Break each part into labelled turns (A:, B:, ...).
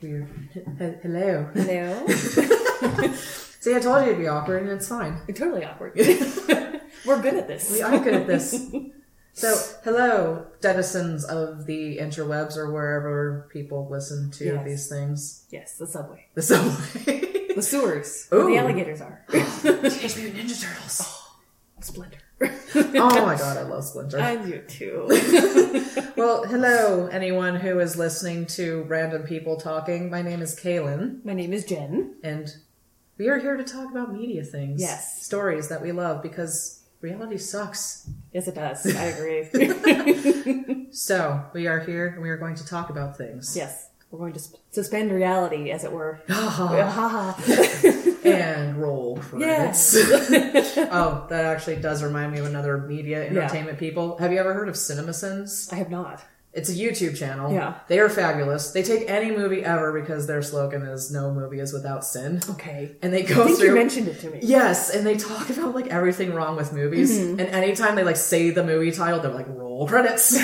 A: weird. H- h- hello.
B: Hello.
A: See, I told you it'd be awkward, and it's fine.
B: totally awkward. We're good at this.
A: We are good at this. So, hello, denizens of the interwebs or wherever people listen to
B: Yes.
A: these things.
B: Yes, the subway.
A: The subway.
B: The sewers. Where
A: Ooh.
B: the alligators are.
A: Teenage Mutant Ninja Turtles.
B: Splinter.
A: Oh my god, I love Splinter.
B: I do too.
A: Well, hello, anyone who is listening to random people talking. My name is Kaylin,
B: My name is Jen.
A: and we are here to talk about media things.
B: Yes.
A: Stories that we love because reality sucks.
B: Yes, it does. I agree.
A: So, we are here and we are going to talk about things.
B: yes, we're going to sp- suspend reality, as it were.
A: Yeah.
B: Ha
A: Ah, and roll credits. oh, that actually does remind me of another media entertainment people. Have you ever heard of CinemaSins?
B: I have not.
A: It's a YouTube channel.
B: Yeah.
A: They are fabulous. They take any movie ever because their slogan is no movie is without sin.
B: Okay.
A: And they
B: I
A: go
B: think you
A: through
B: mentioned it to me. Mm-hmm.
A: Yes, and they talk about like everything wrong with movies. And anytime they like say the movie title, they're like roll credits,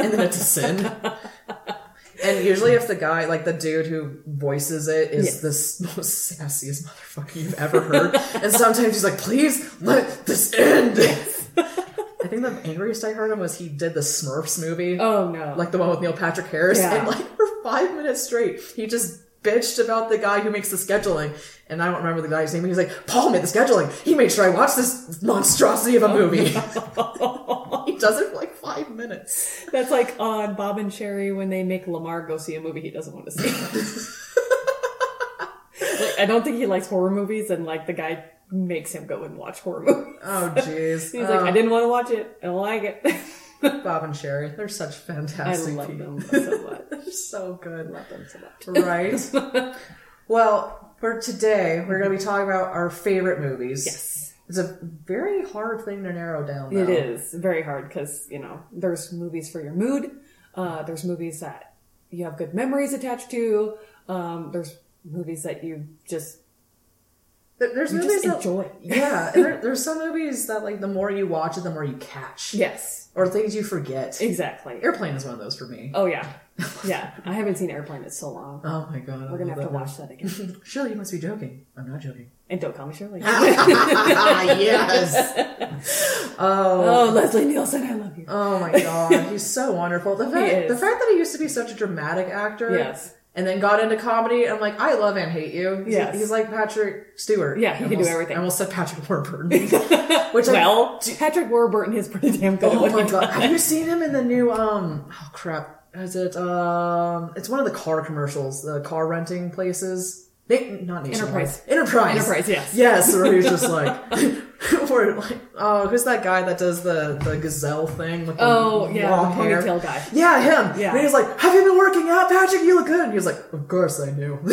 A: and then it's a sin. And usually, if the guy, like the dude who voices it, is
B: Yes.
A: the s- most sassiest motherfucker you've ever heard, and sometimes he's like, "Please let this end." I think the angriest I heard him was he did the Smurfs movie,
B: Oh no.
A: like the one with Neil Patrick Harris,
B: Yeah.
A: and like for five minutes straight, he just bitched about the guy who makes the scheduling, and I don't remember the guy's name. He was like, "Paul made the scheduling. He made sure I watched this monstrosity of a movie." he does it for like five minutes.
B: That's like on Bob and Sherry when they make Lamar go see a movie he doesn't want to see. like, I don't think he likes horror movies, and like the guy makes him go and watch horror movies.
A: Oh, jeez.
B: He's like,
A: Oh,
B: I didn't want to watch it. I don't like it.
A: Bob and Sherry. They're such
B: I
A: fantastic
B: love
A: people.
B: them so much.
A: They're so good.
B: Love them so much.
A: Right. well, for today, we're going to be talking about our favorite movies.
B: Yes,
A: It's a very hard thing to narrow down. Though.
B: it is very hard because you know there's movies for your mood. Uh, there's movies that you have good memories attached to. Um, there's movies that you just
A: There- There's
B: you
A: movies
B: just
A: that
B: enjoy.
A: yeah, and there, there's some movies that like the more you watch it, the more you catch,
B: Yes,
A: or things you forget.
B: exactly.
A: Airplane is one of those for me.
B: Oh yeah, yeah. I haven't seen Airplane in so long.
A: Oh my god, I
B: We're gonna
A: love
B: have
A: that
B: to watch that again.
A: movie. Shirley, you must be joking. I'm not joking.
B: And don't call me Shirley.
A: yes. Oh.
B: Oh, Leslie Nielsen, I love you.
A: Oh my god, he's so wonderful. The fact,
B: is.
A: the fact that he used to be such a dramatic actor,
B: Yes.
A: and then got into comedy. I'm like, I love and hate you. He's,
B: Yes.
A: he's like Patrick Stewart.
B: Yeah, he can do
A: Almost-
B: everything.
A: I almost said Patrick Warburton. Which I-
B: well, Patrick Warburton is pretty damn good. at
A: Oh
B: what
A: my
B: he
A: god!
B: does.
A: Have you seen him in the new? Um, oh crap! Is it? Um, it's one of the car commercials, the car renting places. They, not Nationwide.
B: Enterprise.
A: Enterprise.
B: Enterprise, yes.
A: Yes, where he's just like, where like, oh, who's that guy that does the the gazelle thing with the
B: Oh yeah,
A: long
B: the
A: hair?
B: ponytail guy.
A: Yeah, him.
B: Yeah.
A: And he's like, "Have you been working out, Patrick? You look good." And he was like, "Of course I do."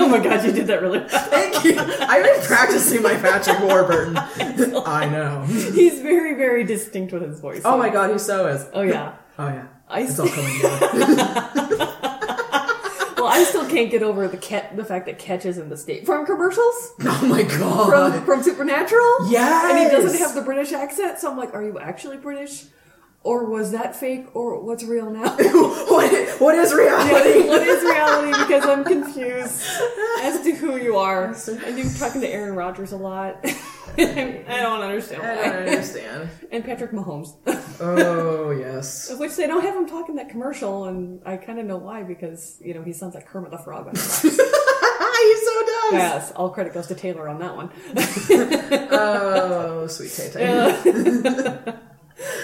B: oh my god, you did that really. well.
A: Thank you. I've been practicing my Patrick Warburton. I know.
B: He's very, very distinct with his voice.
A: Oh my god, he so is.
B: Oh yeah.
A: Oh yeah.
B: I
A: It's
B: still,
A: all coming together.
B: well, I still can't get over the cat, the fact that Ketch is in the state farm commercials
A: oh my
B: from,
A: god.
B: from Supernatural.
A: Yes.
B: and he doesn't have the British accent, so I'm like, are you actually British, or was that fake, or what's real now?
A: what, what is reality?
B: what is reality? Because I'm confused as to who you are. And you're talking to Aaron Rodgers a lot. I don't understand
A: I
B: why.
A: don't understand.
B: And Patrick Mahomes,
A: Oh yes.
B: which they don't have him talking that commercial, and I kind of know why because you know he sounds like Kermit the Frog. On that.
A: he so does.
B: yes, all credit goes to Taylor on that one.
A: Oh, sweet Tay Tay.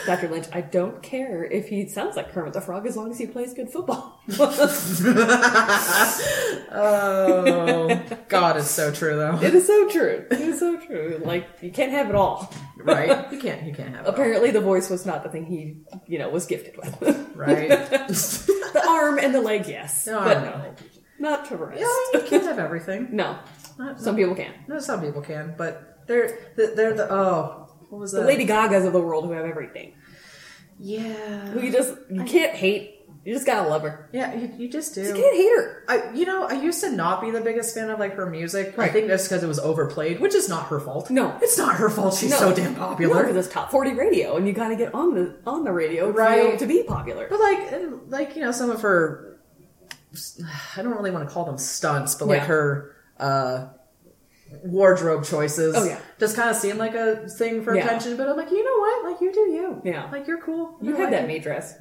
B: Dr. Lynch, I don't care if he sounds like Kermit the Frog as long as he plays good football.
A: Oh, God, it's so true though.
B: it is so true. It is so true. Like you can't have it all.
A: Right? You can't. You can't have it. all,
B: Apparently, the voice was not the thing he, you know, was gifted with.
A: Right?
B: the arm and the leg, yes,
A: No,
B: but
A: I
B: no,
A: know.
B: not to rest.
A: Yeah, you can't have everything.
B: No,
A: Not-
B: some people can.
A: No, some people can, but they're they're the oh. What was that?
B: The Lady Gagas of the world who have everything.
A: Yeah.
B: You just you can't hate. You just gotta love her.
A: Yeah, you, you just do.
B: You can't hate her.
A: I, you know, I used to not be the biggest fan of like her music. I think that's because it was overplayed, which is not her fault.
B: No.
A: it's not her fault. She's
B: No.
A: so damn
B: Look
A: popular.
B: at this top forty radio, and you gotta get on the on the radio, to be
A: Right. eh,
B: able to be popular.
A: but like, and, like you know, some of her I don't really want to call them stunts, but like
B: Yeah.
A: her uh, wardrobe choices.
B: Oh, yeah.
A: just kind of seemed like a thing for
B: Yeah.
A: attention. But I'm like, you know what? Like you do you.
B: Yeah.
A: like you're cool.
B: You
A: I
B: had
A: like
B: that
A: it.
B: me dress.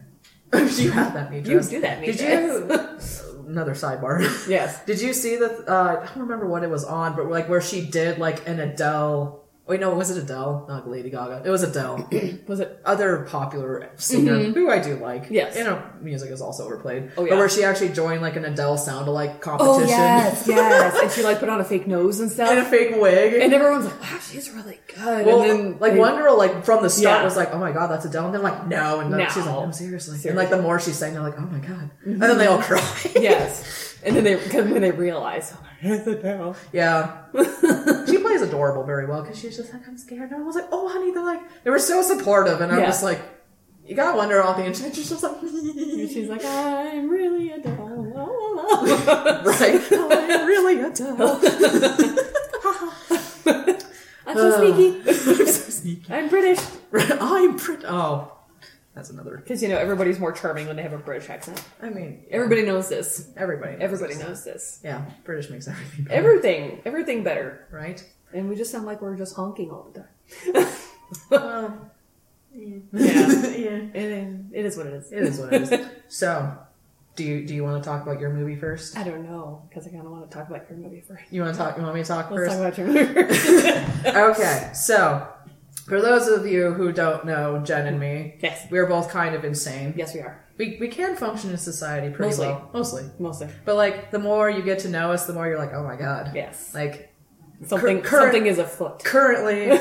A: you had that me
B: You
A: dress.
B: do that me
A: Did
B: dress.
A: you? Another sidebar.
B: yes.
A: Did you see the? Uh, I don't remember what it was on, but like where she did like an Adele. Wait, no, was it Adele? Not Lady Gaga. It was Adele.
B: Was it?
A: Other popular singer who I do like.
B: Mm-hmm. Yes.
A: and her music is also overplayed.
B: Oh, yeah. Oh,
A: But where she actually joined like an Adele sound-alike competition
B: yes. and she like put on a fake nose and stuff.
A: and a fake wig.
B: And everyone's like, wow, she's really good.
A: well,
B: and then
A: like
B: they-
A: one girl, like from the start,
B: Yeah.
A: was like, "Oh my god, that's Adele," and then like, "No," and then
B: No.
A: she's like, "No, seriously." And
B: Seriously. Mm-hmm.
A: like the more she sang, they're like, "Oh my god," and then they all cry.
B: Yes. And then they, cause then they realize, oh, it's Adele.
A: Yeah. she plays adorable very well because she's just like, I'm scared. And I was like, oh, honey, they're like, they were so supportive. And I'm
B: Yeah.
A: just like, you gotta wonder all the insurance. She's just like,
B: And she's like, I'm really Adele. La, la, la.
A: right? oh, I'm really adorable.
B: I'm so
A: I'm
B: sneaky.
A: so sneaky.
B: I'm British.
A: I'm pretty. Oh. That's another.
B: Because, you know, everybody's more charming when they have a British accent.
A: I mean,
B: Everybody knows this.
A: everybody. knows
B: Everybody
A: this.
B: knows this.
A: Yeah, British makes everything better,
B: Everything, everything better.
A: right?
B: And we just sound like we're just honking all the time.
A: Well,
B: yeah.
A: yeah.
B: It, it is what it is.
A: It is what it is. So, do you do you want to talk about your movie first?
B: I don't know, because I kind of want to talk about your movie first.
A: You want to talk? You want me to talk
B: Let's
A: first?
B: talk about your movie first.
A: okay, so for those of you who don't know Jen and me,
B: yes.
A: we're both kind of insane.
B: Yes, we are.
A: We, we can function in society pretty
B: Mostly.
A: well, mostly.
B: Mostly.
A: But like the more you get to know us, the more you're like, oh my god.
B: Yes.
A: Like
B: Something,
A: current-
B: something is afoot.
A: currently,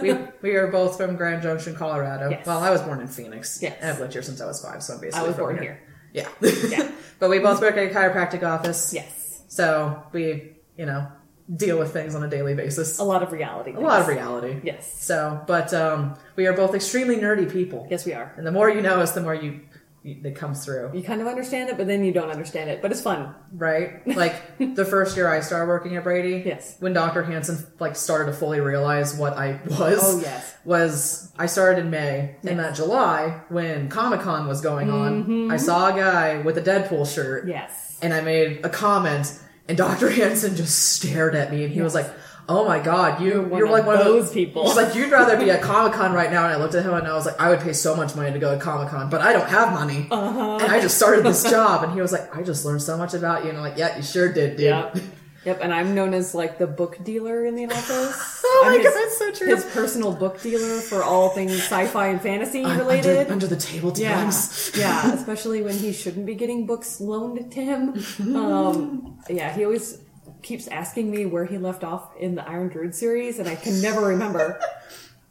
A: we we are both from Grand Junction, Colorado.
B: Yes.
A: Well, I was born in Phoenix.
B: Yes.
A: and I've lived here since I was five, so I'm basically
B: I was
A: from
B: born
A: here.
B: here.
A: Yeah.
B: Yeah.
A: but we both work at a chiropractic office.
B: Yes.
A: So we, you know, deal with things on a daily basis.
B: A lot of reality.
A: A lot of reality.
B: Yes.
A: So, but um, we are both extremely nerdy people.
B: Yes, we are.
A: And the more you know us, the more you, you it comes through,
B: You kind of understand it, but then you don't understand it. But it's fun.
A: right? Like the first year I started working at Brady,
B: Yes.
A: when Dr. Hansen like started to fully realize what I was.
B: Oh, yes.
A: Was I started in May and that July when Comic Con was going
B: Mm-hmm.
A: on, I saw a guy with a Deadpool shirt
B: Yes.
A: and I made a comment, and Dr. Hansen just stared at me, and he was like, "Oh my God, you, you're,
B: one
A: like
B: of
A: one of
B: those people."
A: He's like, "You'd rather be at Comic Con right now." And I looked at him, and I was like, "I would pay so much money to go to Comic Con, but I don't have money,
B: Uh-huh.
A: and I just started this job." And he was like, "I just learned so much about you," and I'm like, "Yeah, you sure did, dude."
B: Yep. Yep. And I'm known as like the book dealer in the office.
A: Oh my
B: I'm
A: God, that's so true.
B: His personal book dealer for all things sci-fi and fantasy
A: I'm
B: related.
A: under, under the table
B: yeah,
A: dealings.
B: yeah, especially when he shouldn't be getting books loaned to him. Um, yeah, he always keeps asking me where he left off in the Iron Druid series, and I can never remember.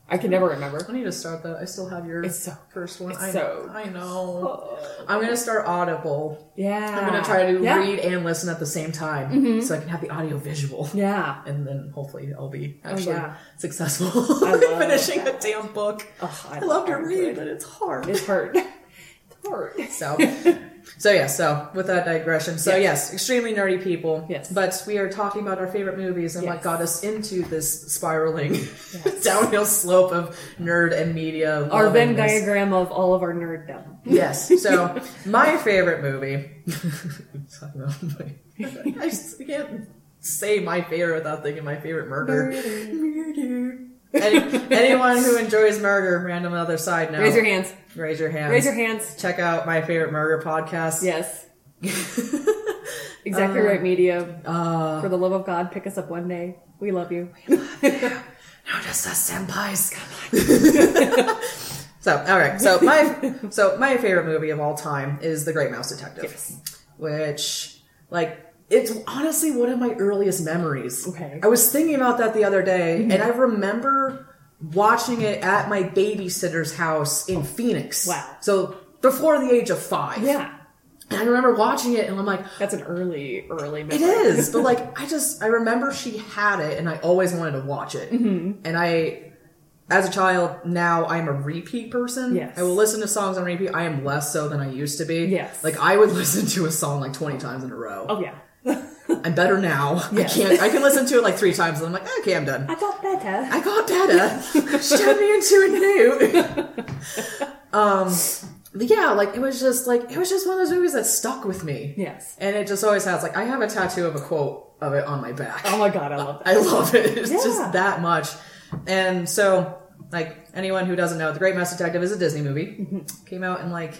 B: I can never remember.
A: I need to start that. I still have your
B: It's so-
A: first one.
B: it's
A: I,
B: so- Oh.
A: I know. I'm gonna start Audible.
B: Yeah,
A: I'm gonna try to
B: yeah. Mm-hmm.
A: read and listen at the same time, so I can have the audio visual.
B: Yeah,
A: and then hopefully I'll be actually
B: Oh, yeah.
A: successful
B: love
A: in finishing the damn book.
B: Ugh, I
A: I love to
B: love
A: read,
B: reading.
A: but it's hard.
B: it's hard. It's hard.
A: so, so yeah. So with that digression, so yes, extremely nerdy people.
B: Yes.
A: but we are talking about our favorite movies and what
B: Yes.
A: got us into this spiraling downhill slope of nerd and media.
B: Our Venn
A: lovingness.
B: diagram of all of our nerddom.
A: Yes. So my favorite movie. Talking about my- I just can't say my favorite without thinking my favorite murder. Murder. Any, anyone who enjoys murder, random other side note.
B: Raise your hands.
A: Raise your hands.
B: Raise your hands.
A: Check out my favorite murder podcast.
B: Yes. Exactly right, media.
A: Uh,
B: For the love of God, pick us up one day. We love you.
A: notice us senpais. so all right. So my so my favorite movie of all time is The Great Mouse Detective.
B: Yes.
A: which like it's honestly one of my earliest memories.
B: Okay. Mm-hmm.
A: I was thinking about that the other day and I remember watching it at my babysitter's house in Phoenix.
B: Wow.
A: So before the age of 5.
B: Yeah.
A: And I remember watching it and I'm like
B: That's an early, early memory.
A: it is, but like I just I remember she had it and I always wanted to watch it.
B: Mm-hmm.
A: And I as a child now I'm a repeat person.
B: Yes.
A: I will listen to songs on repeat. I am less so than I used to be.
B: Yes.
A: Like I would listen to a song like 20 times in a row.
B: Oh, yeah.
A: I'm better now.
B: Yes.
A: I can't. I can listen to it like three times, and I'm like, okay, I'm done.
B: I got better.
A: I got better. Shove me into a new. um, yeah, like it was just like it was just one of those movies that stuck with me.
B: Yes.
A: And it just always has like I have a tattoo of a quote of it on my back.
B: Oh my god, I love that.
A: I love it. It's
B: Yeah.
A: just that much. And so, like anyone who doesn't know, The Great Mouse Detective is a Disney movie.
B: Mm-hmm.
A: Came out in like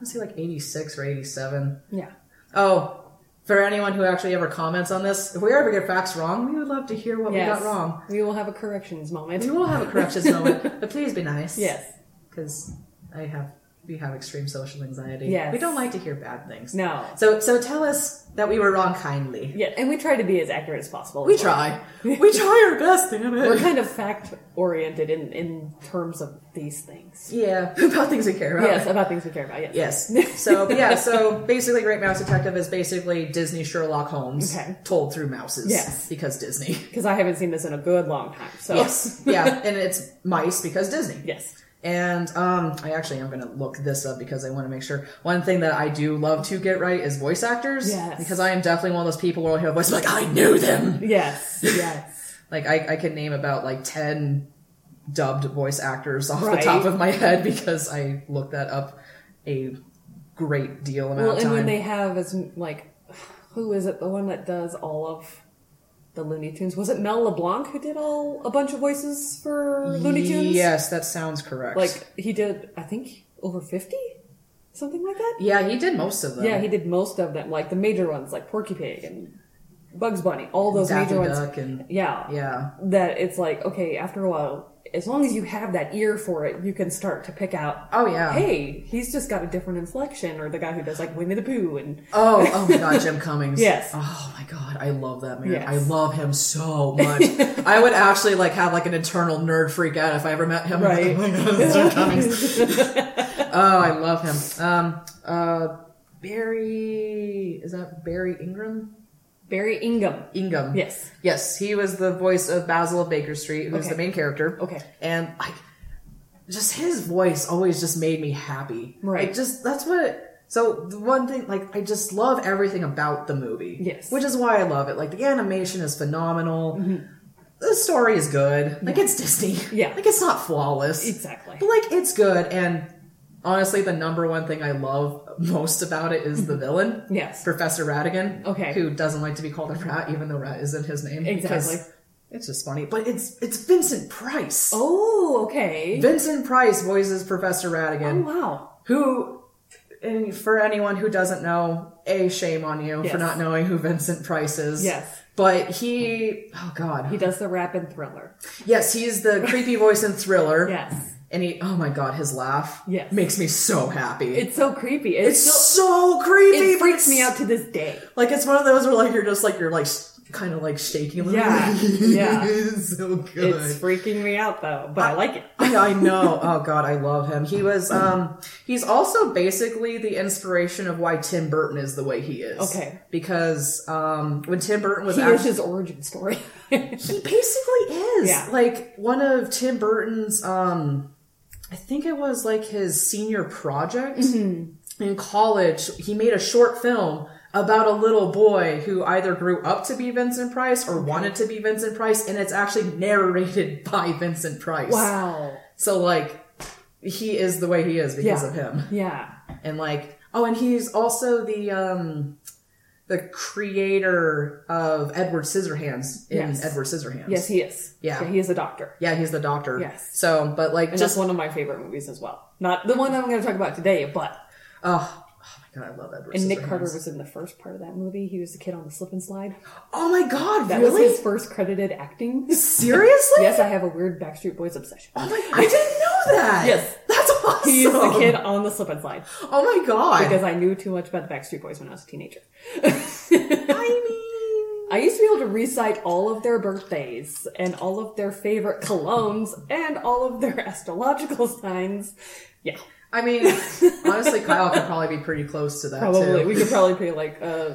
A: let's say like eighty six or eighty seven.
B: Yeah.
A: Oh, for anyone who actually ever comments on this, if we ever get facts wrong, we would love to hear what
B: Yes.
A: we got wrong.
B: We will have a corrections moment.
A: We will have a corrections moment, but please be nice.
B: Yes.
A: because I have we have extreme social anxiety.
B: Yes.
A: we don't like to hear bad things.
B: No.
A: So so tell us that we were wrong kindly.
B: Yeah, and we try to be as accurate as possible.
A: We try. we try our best, damn
B: We're
A: it.
B: kind of fact oriented in, in terms of these things.
A: Yeah, about things we care about.
B: Yes, about things we care about. Yes.
A: Yes. So yeah. So basically, Great Mouse Detective is basically Disney Sherlock Holmes
B: Okay.
A: told through mouses.
B: Yes.
A: because Disney.
B: Because I haven't seen this in a good long time. So
A: Yes. yeah, and it's mice because Disney.
B: Yes.
A: And um, I actually am going to look this up because I want to make sure. One thing that I do love to get right is voice actors.
B: Yes.
A: Because I am definitely one of those people where I'll hear a voice like, I knew them.
B: Yes. Yes.
A: Like, I, I can name about like 10 dubbed voice actors off
B: Right.
A: the top of my head because I looked that up a great deal amount
B: well,
A: of
B: and
A: time.
B: when they have as like, who is it? The one that does all of the Looney Tunes was it Mel LeBlanc who did all a bunch of voices for Looney Tunes?
A: Yes, that sounds correct.
B: Like he did, I think over fifty, something like that.
A: yeah, he did most of them.
B: Yeah, he did most of them, like the major ones, like Porky Pig and Bugs Bunny, all those
A: Daffy
B: major
A: Duck
B: ones.
A: and
B: Yeah,
A: yeah.
B: that it's like okay, after a while, as long as you have that ear for it, you can start to pick out.
A: Oh, yeah.
B: hey, he's just got a different inflection, or the guy who does like Winnie the Pooh, and
A: Oh, oh my God, Jim Cummings.
B: Yes.
A: Oh my God, I love that man.
B: Yes.
A: I love him so much. I would actually like have like an internal nerd freak out if I ever met him.
B: Right.
A: Oh my God, it's Jim Cummings. oh, I love him. Um, uh, Barry is that Barry Ingram?
B: Barry Ingham.
A: Ingham.
B: Yes.
A: Yes, he was the voice of Basil of Baker Street, who's
B: Okay.
A: the main character.
B: Okay.
A: And like just his voice always just made me happy.
B: Right.
A: Like just that's what so the one thing like I just love everything about the movie.
B: Yes. Mm-hmm.
A: Which is why I love it. Like the animation is phenomenal. The story is good. Like it's Disney.
B: Yeah.
A: Like it's not flawless.
B: Exactly.
A: But like it's good and honestly the number one thing I love most about it is the villain.
B: Mm-hmm. Yes.
A: Professor Radigan.
B: Okay.
A: Who doesn't like to be called a rat even though rat isn't his name.
B: Exactly.
A: 'cause It's just funny. But it's it's Vincent Price.
B: Oh, okay.
A: Vincent Price voices Professor
B: Oh,
A: Radigan,
B: wow.
A: who, and for anyone who doesn't know, a shame on you
B: Yes.
A: for not knowing who Vincent Price is.
B: Yes.
A: but he, oh god,
B: He does the rap and thriller.
A: yes, he's the creepy voice in Thriller.
B: Yes.
A: and he, oh my god, his laugh
B: Yes.
A: makes me so happy.
B: It's so creepy. It's,
A: it's so
B: still,
A: creepy.
B: it
A: but
B: freaks
A: it's-
B: me out to this day.
A: Like it's one of those where like you're just like you're like kind of like shaking. a little
B: Yeah.
A: bit.
B: Yeah.
A: it's so good.
B: It's freaking me out though, but I, like it.
A: I, I know. Oh God, I love him. He was. Um, he's also basically the inspiration of why Tim Burton is the way he is.
B: Okay.
A: Because um, when Tim Burton was
B: He is
A: actually,
B: his origin story.
A: he basically is
B: Yeah.
A: like one of Tim Burton's. Um, I think it was like his senior project
B: Mm-hmm.
A: in college. He made a short film. About a little boy who either grew up to be Vincent Price or wanted to be Vincent Price, and it's actually narrated by Vincent Price.
B: wow.
A: So like he is the way he is because
B: Yeah.
A: of him.
B: Yeah.
A: And like oh and he's also the um the creator of Edward Scissorhands in
B: Yes.
A: Edward Scissorhands.
B: Yes, he is.
A: Yeah.
B: he is a doctor.
A: Yeah, he's the doctor.
B: Yes.
A: So but like
B: And
A: just
B: that's one of my favorite movies as well. Not the one I'm going to talk about today, but
A: oh, oh my god, I love Edward
B: and Nick
A: Scissorhands.
B: Carter was in the first part of that movie. He was the kid on the slip and slide.
A: Oh my god,
B: That
A: really?
B: was his first credited acting.
A: Seriously?
B: yes, I have a weird Backstreet Boys obsession.
A: Oh my I didn't know that.
B: Yes.
A: That's awesome.
B: He's the kid on the slip and slide
A: Oh my god.
B: because I knew too much about the Backstreet Boys when I was a teenager.
A: I mean
B: I used to be able to recite all of their birthdays and all of their favorite colognes and all of their astrological signs. Yeah,
A: I mean honestly Kyle could probably be pretty close to that
B: probably
A: too.
B: we could probably play like uh,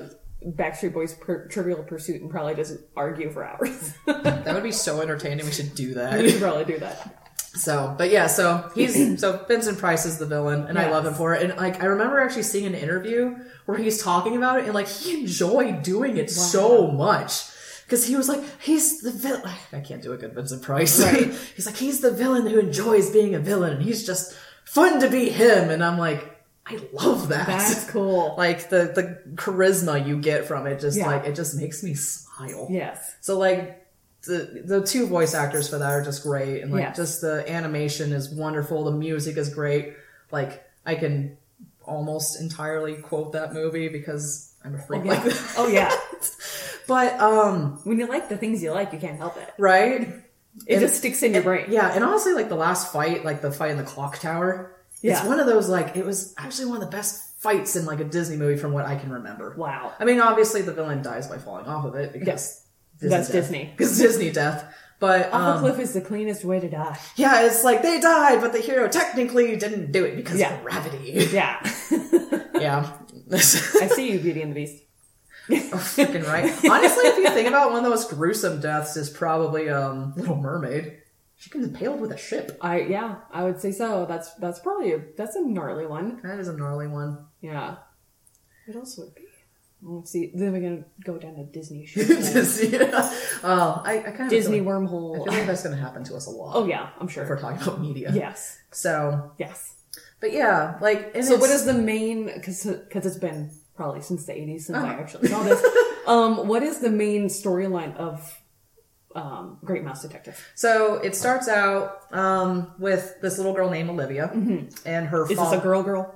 B: Backstreet Boys per- Trivial Pursuit and probably just argue for hours.
A: That would be so entertaining. We should do
B: we
A: that.
B: could probably do that.
A: So, but yeah, so he's so Vincent Price is the villain, and I love him for it. And like, I remember actually seeing an interview where he's talking about it, and like he enjoyed doing it so much because he was like, he's the villain. I can't do a good Vincent Price.
B: Right.
A: he's like, he's the villain who enjoys being a villain, and he's just fun to be him. And I'm like, I love that.
B: That's cool.
A: like the the charisma you get from it just
B: Yeah.
A: like it just makes me smile
B: Yes.
A: so like the the two voice actors for that are just great and like
B: Yes.
A: just the animation is wonderful the music is great like i can almost entirely quote that movie because i'm a freak like
B: Yeah.
A: that
B: Oh yeah.
A: but um
B: When you like the things you like, you can't help it.
A: right
B: It
A: And-
B: just sticks in your brain.
A: yeah and honestly like the last fight like the fight in the clock tower it's
B: Yeah.
A: one of those like it was actually one of the best fights in like a disney movie from what i can remember
B: Wow.
A: I mean, obviously the villain dies by falling off of it because
B: Yes. That's Disney.
A: Because Disney death. But
B: Off a
A: um,
B: cliff is the cleanest way to die.
A: yeah, it's like they died, but the hero technically didn't do it because
B: Yeah.
A: of gravity.
B: Yeah.
A: yeah.
B: I see you, Beauty and the Beast.
A: Freaking right. Honestly, if you think about it, one of the most gruesome deaths is probably um, Little Mermaid. She gets impaled with a ship.
B: I yeah, I would say so. That's that's probably a, that's a gnarly one.
A: That is a gnarly one.
B: Yeah. What else would it be? Let's see. Then we're gonna go down a Disney shoot.
A: Disney. Oh, I, I kind of
B: Disney
A: Feel like, I feel
B: wormhole.
A: like that's going to happen to us a lot.
B: Oh yeah, I'm sure.
A: If we're talking about media.
B: Yes.
A: So,
B: Yes.
A: but yeah, like, and
B: So what
A: it's-
B: is the main? Because it's been probably since the 80s since I actually saw this. um, what is the main storyline of um, Great Mouse Detective?
A: So it starts out um, with this little girl named Olivia and her.
B: Mm-hmm. Is
A: fall-
B: this a girl girl?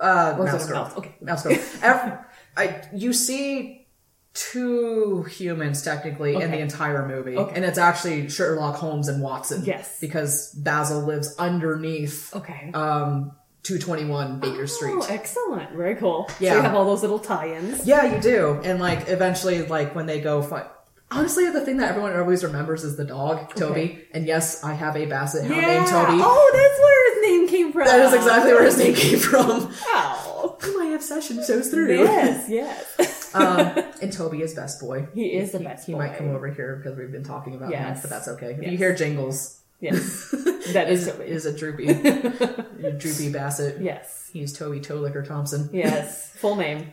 A: Uh,
B: Or is
A: mouse
B: it a
A: girl.
B: mouse? Okay.
A: Mouse girl. Ev- I, you see two humans technically in the
B: Okay.
A: entire movie,
B: Okay.
A: and it's actually Sherlock Holmes and Watson.
B: Yes.
A: because Basil lives underneath
B: Okay.
A: um, 221 Baker Street.
B: Oh, excellent. Very cool. So
A: Yeah.
B: you have all those little tie-ins.
A: Yeah, you do. And like eventually, like when they go fight. Honestly, the thing that everyone always remembers is the dog, Toby. And yes, I have a basset hound named Toby.
B: Oh, that's where his name came from.
A: That is exactly where his name came from.
B: Wow.
A: My obsession shows through.
B: Yes, yes.
A: um, and Toby is best boy.
B: He is the best
A: He might
B: boy.
A: come over here because we've been talking about him,
B: Yes.
A: but that's okay. If you
B: Yes.
A: hear jingles,
B: yes. That is Toby.
A: is a droopy, a droopy Bassett.
B: Yes.
A: He's Toby Toe Licker Thompson.
B: Yes. Full name.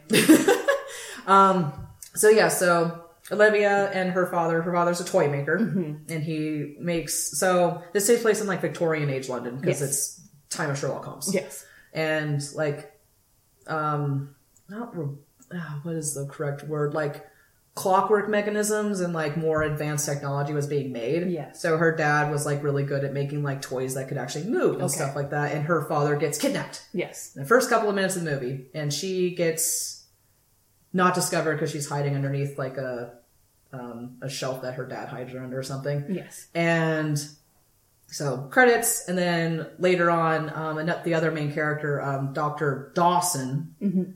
A: Um, So yeah, so Olivia and her father. Her father's a toy maker,
B: Mm-hmm.
A: and he makes. So this takes place in like Victorian age London because
B: Yes.
A: it's time of Sherlock Holmes.
B: Yes.
A: and like um not re- ah, what is the correct word like clockwork mechanisms and like more advanced technology was being made
B: Yes.
A: so her dad was like really good at making like toys that could actually move and
B: Okay.
A: stuff like that and her father gets kidnapped
B: Yes.
A: in the first couple of minutes of the movie and she gets not discovered because she's hiding underneath like a um, a shelf that her dad hides her under or something
B: Yes.
A: and so credits and then later on um, and the other main character um, dr dawson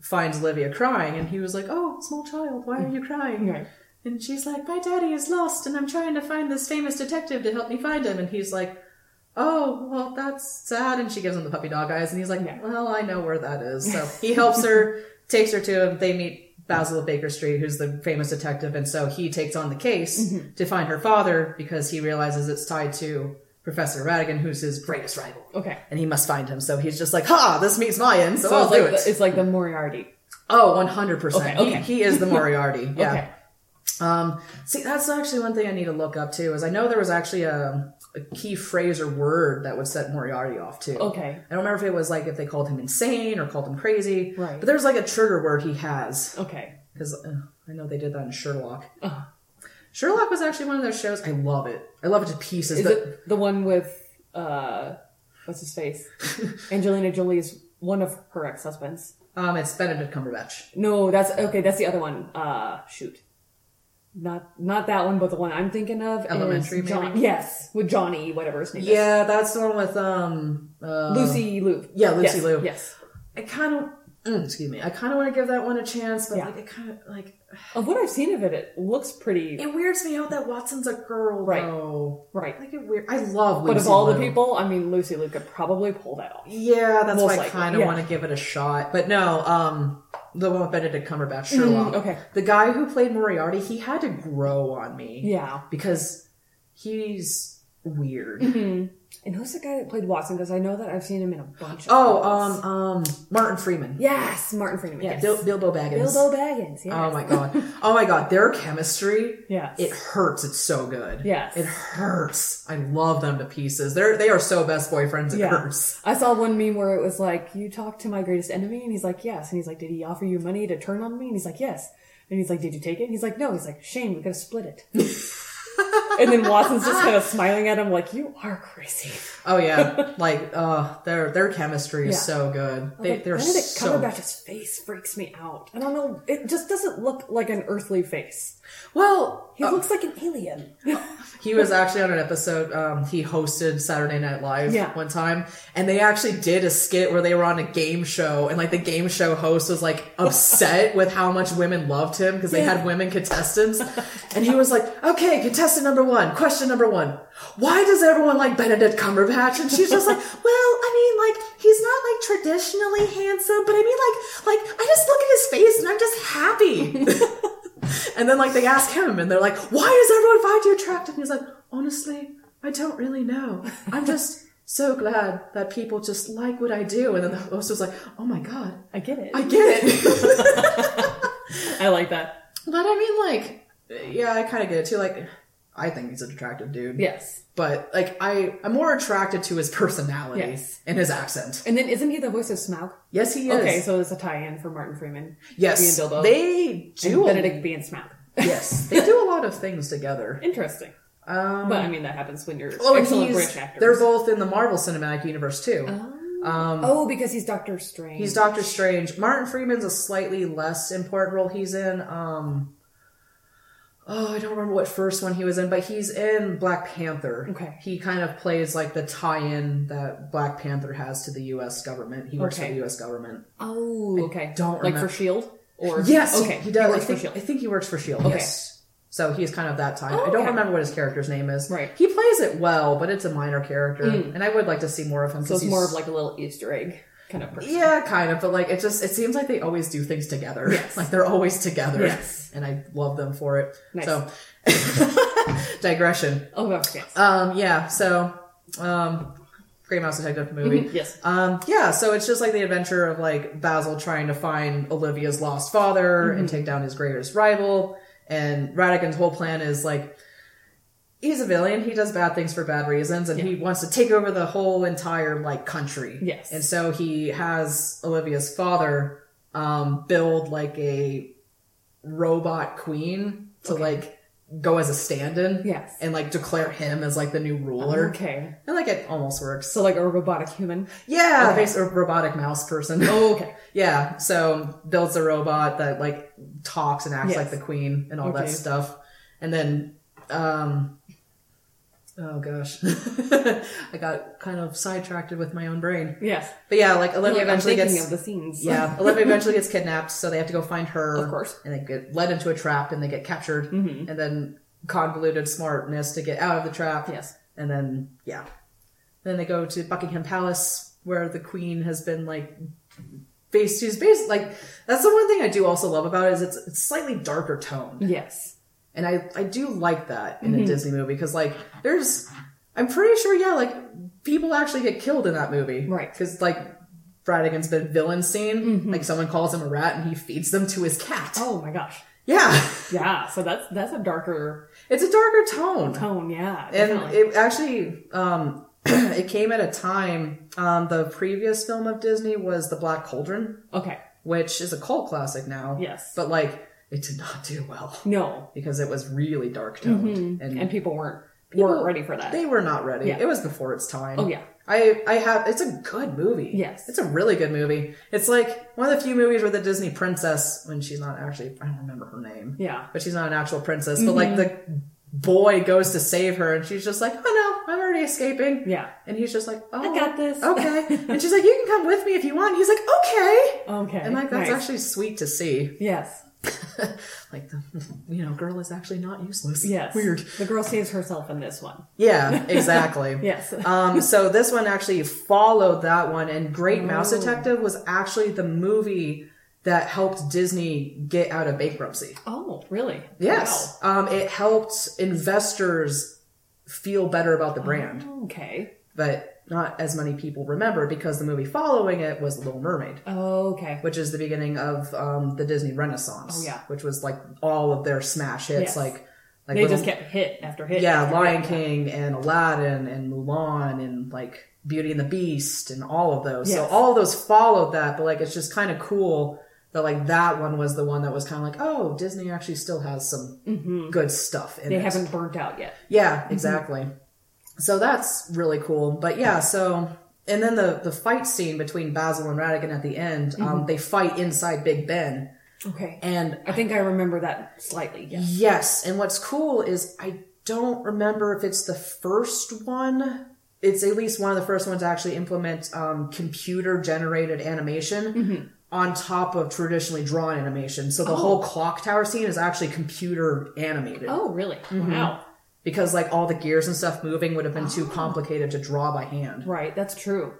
A: finds olivia crying and he was like oh small child why are you crying
B: Right.
A: and she's like my daddy is lost and i'm trying to find this famous detective to help me find him and he's like oh well that's sad and she gives him the puppy dog eyes and he's like
B: Yeah.
A: well i know where that is so he helps her takes her to him they meet basil of baker street who's the famous detective and so he takes on the case
B: Mm-hmm.
A: to find her father because he realizes it's tied to professor radigan who's his greatest rival
B: Okay.
A: and he must find him so he's just like ha this meets my end so,
B: So
A: i'll
B: it's,
A: do
B: like
A: it
B: The, it's like the Moriarty.
A: oh 100%
B: Okay, okay.
A: He, he is the moriarty yeah
B: Okay.
A: um, see, that's actually one thing I need to look up too. Is I know there was actually a, a key phrase or word that would set Moriarty off too.
B: Okay.
A: I don't remember if it was like if they called him insane or called him crazy.
B: Right.
A: But there's like a trigger word he has
B: Okay.
A: because I know they did that in Sherlock.
B: Uh-huh.
A: Sherlock was actually one of those shows. I love it. I love it to pieces.
B: Is
A: The-
B: it the one with uh what's his face? Angelina Jolie's one of her ex husbands.
A: um, it's Benedict Cumberbatch.
B: No, that's okay, that's the other one. Uh shoot. Not not that one, but the one I'm thinking of. is
A: Elementary, maybe?
B: John- Yes, with Johnny, whatever his name is.
A: Yeah, that's the one with um uh,
B: Lucy Lou.
A: Yeah, Lucy
B: yes,
A: Liu.
B: Yes.
A: I kind of. excuse me. I kind of want to give that one a chance, but
B: Yeah.
A: like, it kind of like
B: Of what I've seen of it, it looks pretty
A: it weirds me out that Watson's a girl,
B: Right.
A: Though.
B: right.
A: Like it weird. I love Lucy
B: But of all the
A: Liu.
B: people, I mean, Lucy Liu could probably pull that off.
A: yeah, that's
B: Most
A: why I
B: likely,
A: kind of
B: yeah.
A: want to give it a shot. But no, um, the one with Benedict Cumberbatch, Sherlock.
B: Mm-hmm. Mm, okay.
A: the guy who played Moriarty, he had to grow on me
B: Yeah. Mm-hmm.
A: because he's weird.
B: Hmm. And who's the guy that played Watson? Because I know that I've seen him in a bunch. of
A: Oh,
B: roles.
A: um, um, Martin Freeman.
B: yes, Martin Freeman.
A: Yeah,
B: yes.
A: Bil- Bilbo Baggins.
B: Bilbo Baggins. Yes.
A: Oh my god. Oh my god. Their chemistry.
B: Yes.
A: It hurts. It's so good.
B: Yes.
A: It hurts. I love them to pieces. They're they are so best boyfriends. It
B: Yeah.
A: hurts.
B: I saw one meme where it was like, "You talked to my greatest enemy," and he's like, "Yes," and he's like, "Did he offer you money to turn on me?" And he's like, "Yes," and he's like, "Did you take it?" And he's like, "No." He's like, "Shane, we could have split it." and then Watson's just kind of smiling at him like, "You are crazy."
A: Oh yeah. like uh, their their chemistry is
B: Yeah.
A: so good. They
B: like,
A: they're
B: Benedict
A: so.
B: Cumberbatch's face freaks me out. I don't know. It just doesn't look like an earthly face.
A: Well,
B: He looks like an alien.
A: He was actually on an episode. Um, he hosted Saturday Night Live
B: Yeah.
A: one time, and they actually did a skit where they were on a game show, and like the game show host was like upset with how much women loved him because they had women contestants, and he was like, "Okay, contestant number one, question number one, why does everyone like Benedict Cumberbatch?" And she's just like, "Well, I mean, like he's not like traditionally handsome, but I mean, like, like I just look at his face and I'm just happy." And then like they ask him and they're like, why does everyone find you attractive? And he's like, honestly, I don't really know. I'm just so glad that people just like what I do. And then the host was like, oh my God,
B: I get it.
A: I get it.
B: I like that.
A: but I mean like, yeah, I kind of get it too. Like, I think he's an attractive dude.
B: Yes.
A: But like, I, I'm more attracted to his personality
B: Yes.
A: and his accent.
B: And then isn't he the voice of Smaug?
A: Yes, he is.
B: Okay, so it's a tie-in for Martin Freeman.
A: yes,
B: being Bilbo.
A: they
B: and
A: do.
B: Benedict being Smaug.
A: yes, they do a lot of things together.
B: Interesting.
A: Um,
B: But I mean, that happens when you're
A: Oh, and
B: excellent
A: he's,
B: British actors.
A: they're both in the Marvel Cinematic Universe too. Um,
B: oh, because he's Doctor Strange.
A: he's Doctor Strange. Martin Freeman's a slightly less important role he's in. Um, oh, I don't remember what first one he was in, but he's in Black Panther.
B: Okay.
A: He kind of plays like the tie-in that Black Panther has to the U.S. government. He works
B: Okay.
A: for the U.S. government.
B: Oh, okay.
A: don't
B: like
A: remember.
B: for Shield E or
A: Yes,
B: Okay,
A: okay. he, does.
B: works
A: I, think,
B: for Shield.
A: I think he works for Shield.
B: E Okay.
A: Yes. So he's kind of that time.
B: Oh,
A: I don't
B: okay.
A: remember what his character's name is.
B: Right. Mm.
A: He plays it well, but it's a minor character, and I would like to see more of him.
B: So
A: 'cause
B: it's more
A: he's-
B: of like a little Easter egg kind of person.
A: Yeah, kind of, but like it just it seems like they always do things together.
B: Yes.
A: Like they're always together.
B: Yes.
A: And I love them for it.
B: Nice.
A: So digression.
B: Oh, okay. yes.
A: Um yeah, so um Grey Mouse Detective movie.
B: yes.
A: Um, yeah, so it's just like the adventure of like Basil trying to find Olivia's lost father and take down his greatest rival. And Radican's whole plan is like he's a villain, he does bad things for bad reasons, and he wants to take over the whole entire like country.
B: Yes.
A: And so he has Olivia's father um build like a robot queen to like go as a stand-in.
B: Yes.
A: And like declare him as like the new ruler.
B: Okay.
A: And like it almost works.
B: So like a robotic human.
A: Yeah,
B: Okay.
A: bas- a robotic mouse person.
B: Oh, okay.
A: yeah, so builds a robot that like talks and acts
B: Yes.
A: like the queen and all
B: Okay.
A: that stuff. And then, um, oh gosh, I got kind of sidetracked with my own brain.
B: Yes.
A: But yeah, like Olivia
B: Like, I'm
A: eventually
B: thinking
A: gets
B: of the scenes.
A: yeah, Olivia eventually gets kidnapped, so they have to go find her.
B: Of course. Mm-hmm.
A: And they get led into a trap and they get captured. And then convoluted smartness to get out of the trap.
B: Yes.
A: And then, yeah. Then they go to Buckingham Palace, where the queen has been like. Based, she's based like that's the one thing I do also love about it is it's, it's slightly darker tone
B: Yes.
A: and I I do like that in
B: Mm-hmm.
A: a Disney movie because like there's I'm pretty sure yeah like people actually get killed in that movie
B: Right. Mm-hmm.
A: because like Bradigan's been villain scene like someone calls him a rat and he feeds them to his cat
B: Oh my gosh.
A: yeah
B: Yeah. So that's that's a darker
A: it's a darker tone
B: tone. Yeah.
A: and
B: definitely.
A: it actually um it came at a time um the previous film of Disney was the Black Cauldron
B: okay.
A: which is a cult classic now
B: Yes.
A: but like it did not do well
B: No.
A: because it was really dark toned
B: Mm-hmm. And people weren't
A: People-
B: weren't ready for that.
A: They were not ready.
B: Yeah.
A: It was before its time.
B: Oh, yeah.
A: I I have it's a good movie.
B: Yes.
A: It's a really good movie. It's like one of the few movies where the Disney princess when she's not actually I don't remember her name.
B: Yeah. Mm-hmm.
A: But she's not an actual princess, but like the boy goes to save her and she's just like, "Oh no, I'm already escaping."
B: Yeah.
A: And he's just like, "Oh,
B: got this."
A: Okay. and she's like, "You can come with me if you want." He's like, "Okay."
B: Okay.
A: And like that's
B: nice.
A: actually sweet to see.
B: yes.
A: Like the you know, girl is actually not useless.
B: Yes.
A: Weird.
B: The girl saves herself in this one.
A: Yeah, exactly.
B: Yes.
A: um, so this one actually followed that one, and Great Mouse Detective was actually the movie that helped Disney get out of bankruptcy.
B: Oh, really?
A: Yes,
B: Mm-hmm.
A: um, it helped investors feel better about the brand.
B: Wow. Okay.
A: but not as many people remember because the movie following it was The Little Mermaid,
B: Oh, okay.
A: which is the beginning of um, the Disney Renaissance.
B: Oh, yeah.
A: which was like all of their smash hits,
B: Yes.
A: like like
B: They
A: Little-
B: just kept hit after hit.
A: yeah,
B: after
A: Lion
B: hit.
A: King and Aladdin and Mulan and like Beauty and the Beast and all of those. So
B: Yes.
A: all of those followed that, but like it's just kind of cool that like that one was the one that was kind of like, oh, Disney actually still has some good stuff in
B: Mm-hmm. They Mm-hmm.
A: it.
B: haven't burnt out yet.
A: Yeah, exactly. So that's really cool. But yeah, so and then the the fight scene between Basil and Radigan at the end,
B: Mm-hmm.
A: um, they fight inside Big Ben,
B: Okay.
A: and
B: I think I remember that slightly. Yeah.
A: Yes, and what's cool is I don't remember if it's the first one. It's at least one of the first ones to actually implement um, computer generated animation
B: Mm-hmm.
A: on top of traditionally drawn animation. So the whole clock tower scene is actually computer animated
B: Oh, really?
A: Mm-hmm.
B: Wow.
A: because like all the gears and stuff moving would have been
B: Oh.
A: too complicated to draw by hand.
B: Right. That's true.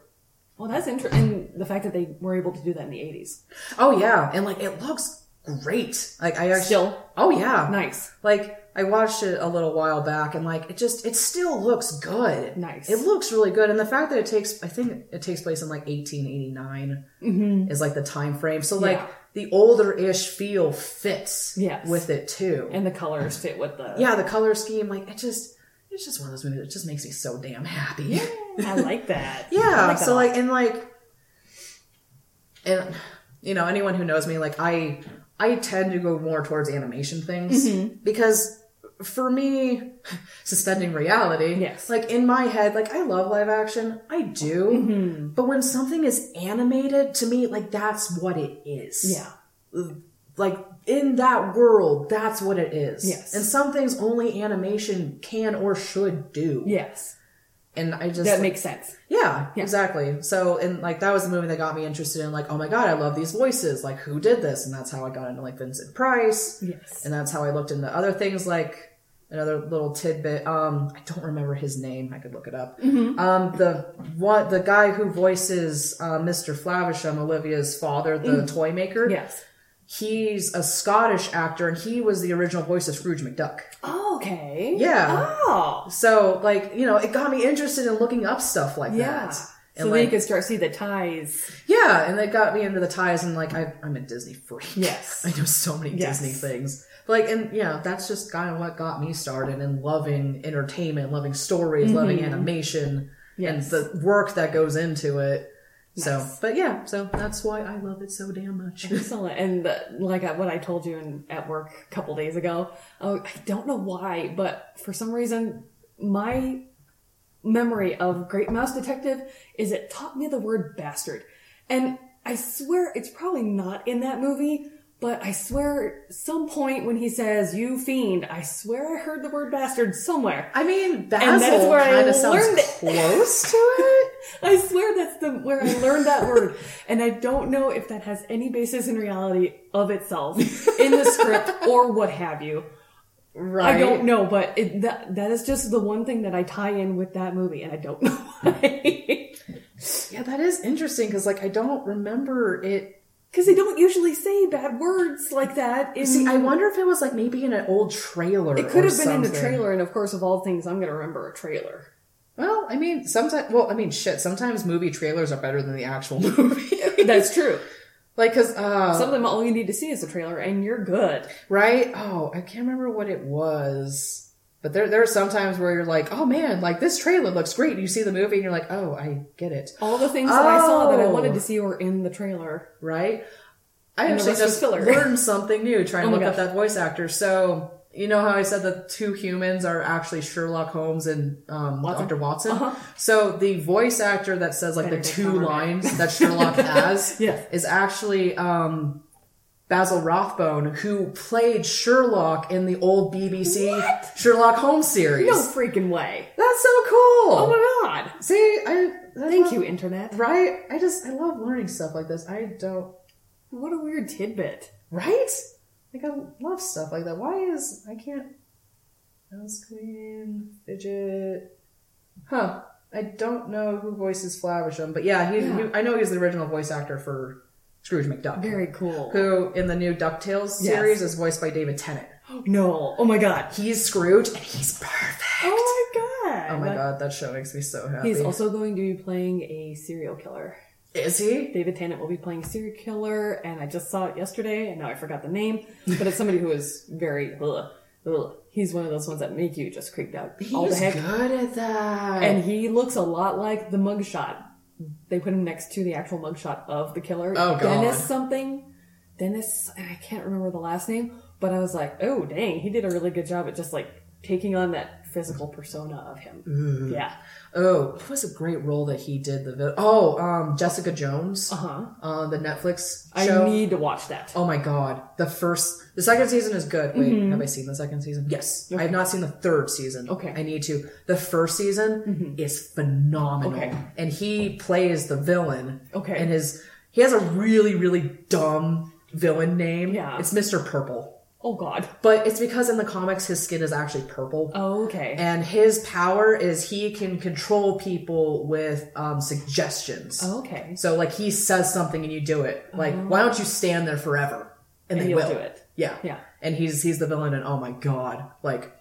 B: Well, that's interesting. And the fact that they were able to do that in the 80s.
A: Oh yeah, and like it looks great. Like I actually.
B: Still
A: Oh yeah.
B: nice.
A: Like I watched it a little while back, and like it just it still looks good.
B: Nice.
A: It looks really good, and the fact that it takes I think it takes place in like 1889 is like the time frame. So like
B: Mm-hmm. Yeah.
A: the older ish feel fits
B: Yes.
A: with it too.
B: And the colors fit with the.
A: yeah, the color scheme, like it just it's just one of those movies that just makes me so damn happy. Yeah.
B: I like that. I
A: Yeah.
B: like that a
A: so
B: lot.
A: like and like and you know, anyone who knows me, like I I tend to go more towards animation things
B: Mm-hmm.
A: because for me, suspending reality.
B: Yes.
A: Like in my head, like I love live action. I do.
B: Mm-hmm.
A: But when something is animated, to me, like that's what it is
B: Yeah.
A: like in that world, that's what it is.
B: Yes.
A: And some things only animation can or should do.
B: Yes.
A: And I just
B: That makes sense.
A: yeah,
B: Yeah.
A: exactly. So and like that was the movie that got me interested in like, oh my god, I love these voices. Like who did this? And that's how I got into like Vincent Price.
B: Yes.
A: And that's how I looked into other things like another little tidbit. Um I don't remember his name. I could look it up.
B: Mm-hmm.
A: Um the what the guy who voices uh, Mr. Flavisham, Olivia's father, the
B: Mm.
A: toy maker
B: Yes.
A: he's a Scottish actor and he was the original voice of Scrooge McDuck.
B: Oh, okay.
A: Yeah.
B: Oh.
A: So like, you know, it got me interested in looking up stuff like
B: Yeah.
A: that.
B: So
A: And
B: then you
A: like,
B: could start to see the ties.
A: yeah, and it got me into the ties and like I I'm a Disney freak.
B: Yes.
A: I know so many
B: Yes.
A: Disney things. But, like and yeah, that's just kind of what got me started in loving entertainment, loving stories, loving animation
B: Mm-hmm. Yes.
A: and the work that goes into it. So,
B: Nice.
A: but yeah, so that's why I love it so damn much.
B: Excellent. And uh, like uh, what I told you in, at work a couple days ago, uh, I don't know why, but for some reason, my memory of Great Mouse Detective is it taught me the word bastard. And I swear it's probably not in that movie, but I swear some point when he says, you fiend, I swear I heard the word bastard somewhere.
A: I mean,
B: that is
A: Basil
B: where I
A: kind of sounds
B: learned it.
A: close to it.
B: I swear that's the where I learned that word, and I don't know if that has any basis in reality of itself in the script or what have you.
A: Right.
B: I don't know, but it, that that is just the one thing that I tie in with that movie, and I don't know why.
A: Yeah, that is interesting because, like, I don't remember it.
B: Because they don't usually say bad words like that. In,
A: See, I wonder if it was like maybe in an old trailer.
B: it could have been in the trailer, and of course, of all things, I'm going to remember a trailer.
A: Well, I mean, sometimes. Well, I mean, shit. Sometimes movie trailers are better than the actual movie.
B: That's true.
A: like, because uh,
B: Some of them, all you need to see is a trailer, and you're good.
A: right? Oh, I can't remember what it was. But there, there are some times where you're like, oh man, like this trailer looks great. And you see the movie and you're like, oh, I get it,
B: All the things that I saw that I
A: Oh.
B: wanted to see were in the trailer.
A: right? I
B: And the
A: actually
B: rest was
A: just
B: filler.
A: learned something new trying
B: Oh
A: to
B: my
A: look up
B: gosh.
A: that voice actor. So you know how I said the two humans are actually Sherlock Holmes and um,
B: Watson.
A: Dr. Watson.
B: Uh-huh.
A: So the voice actor that says like
B: Benedict
A: the two
B: Cumberbatch.
A: lines that Sherlock has
B: Yes.
A: is actually um, Basil Rothbone, who played Sherlock in the old BBC
B: What?
A: Sherlock Holmes series.
B: No freaking way.
A: That's so cool.
B: Oh my god.
A: See, I, I
B: Thank
A: love-
B: you, internet.
A: Right? I just I love learning stuff like this. I don't
B: What a weird tidbit.
A: Right? Like I love stuff like that. Why is I can't House Queen Fidget? Huh. I don't know who voices Flavisham, but yeah, he,
B: Yeah.
A: he- I know he's the original voice actor for Scrooge McDuck,
B: Very cool.
A: who in the new Ducktales
B: Yes.
A: series is voiced by David Tennant.
B: No. Oh my god.
A: He's Scrooge, and he's perfect.
B: Oh my god.
A: Oh
B: I'm
A: my
B: like-
A: god, that show makes me so happy.
B: He's also going to be playing a serial killer.
A: Is he?
B: David Tennant will be playing a serial killer, and I just saw it yesterday, and now I forgot the name, but it's somebody who is very. Ugh, ugh. He's one of those ones that make you just creeped out. all the
A: He's
B: heck.
A: good at that.
B: And he looks a lot like the mugshot. They put him next to the actual mugshot of the killer.
A: Oh, God.
B: Dennis something. Dennis, and I can't remember the last name, but I was like, oh, dang, he did a really good job at just like taking on that physical persona of him. Yeah.
A: oh, what was a great role that he did? The vi- oh, um, Jessica Jones
B: Uh huh.
A: on the Netflix
B: I
A: show.
B: need to watch that.
A: Oh my god. The first the second season is good. Wait,
B: Mm-hmm.
A: have I seen the second season? Yes. I have not seen the third season.
B: Okay. Mm-hmm.
A: I need to. The first season is phenomenal.
B: Okay.
A: And he plays the villain.
B: Okay.
A: And his he has a really, really dumb villain name.
B: Yeah.
A: It's Mr. Purple.
B: Oh, God.
A: But it's because in the comics his skin is actually purple.
B: Okay.
A: And his power is he can control people with um, suggestions.
B: okay.
A: So like he says something and you do it. Like why don't you stand there forever? And,
B: And
A: they
B: you'll
A: will
B: do it.
A: Yeah.
B: Yeah.
A: And he's he's the villain and oh my god. Like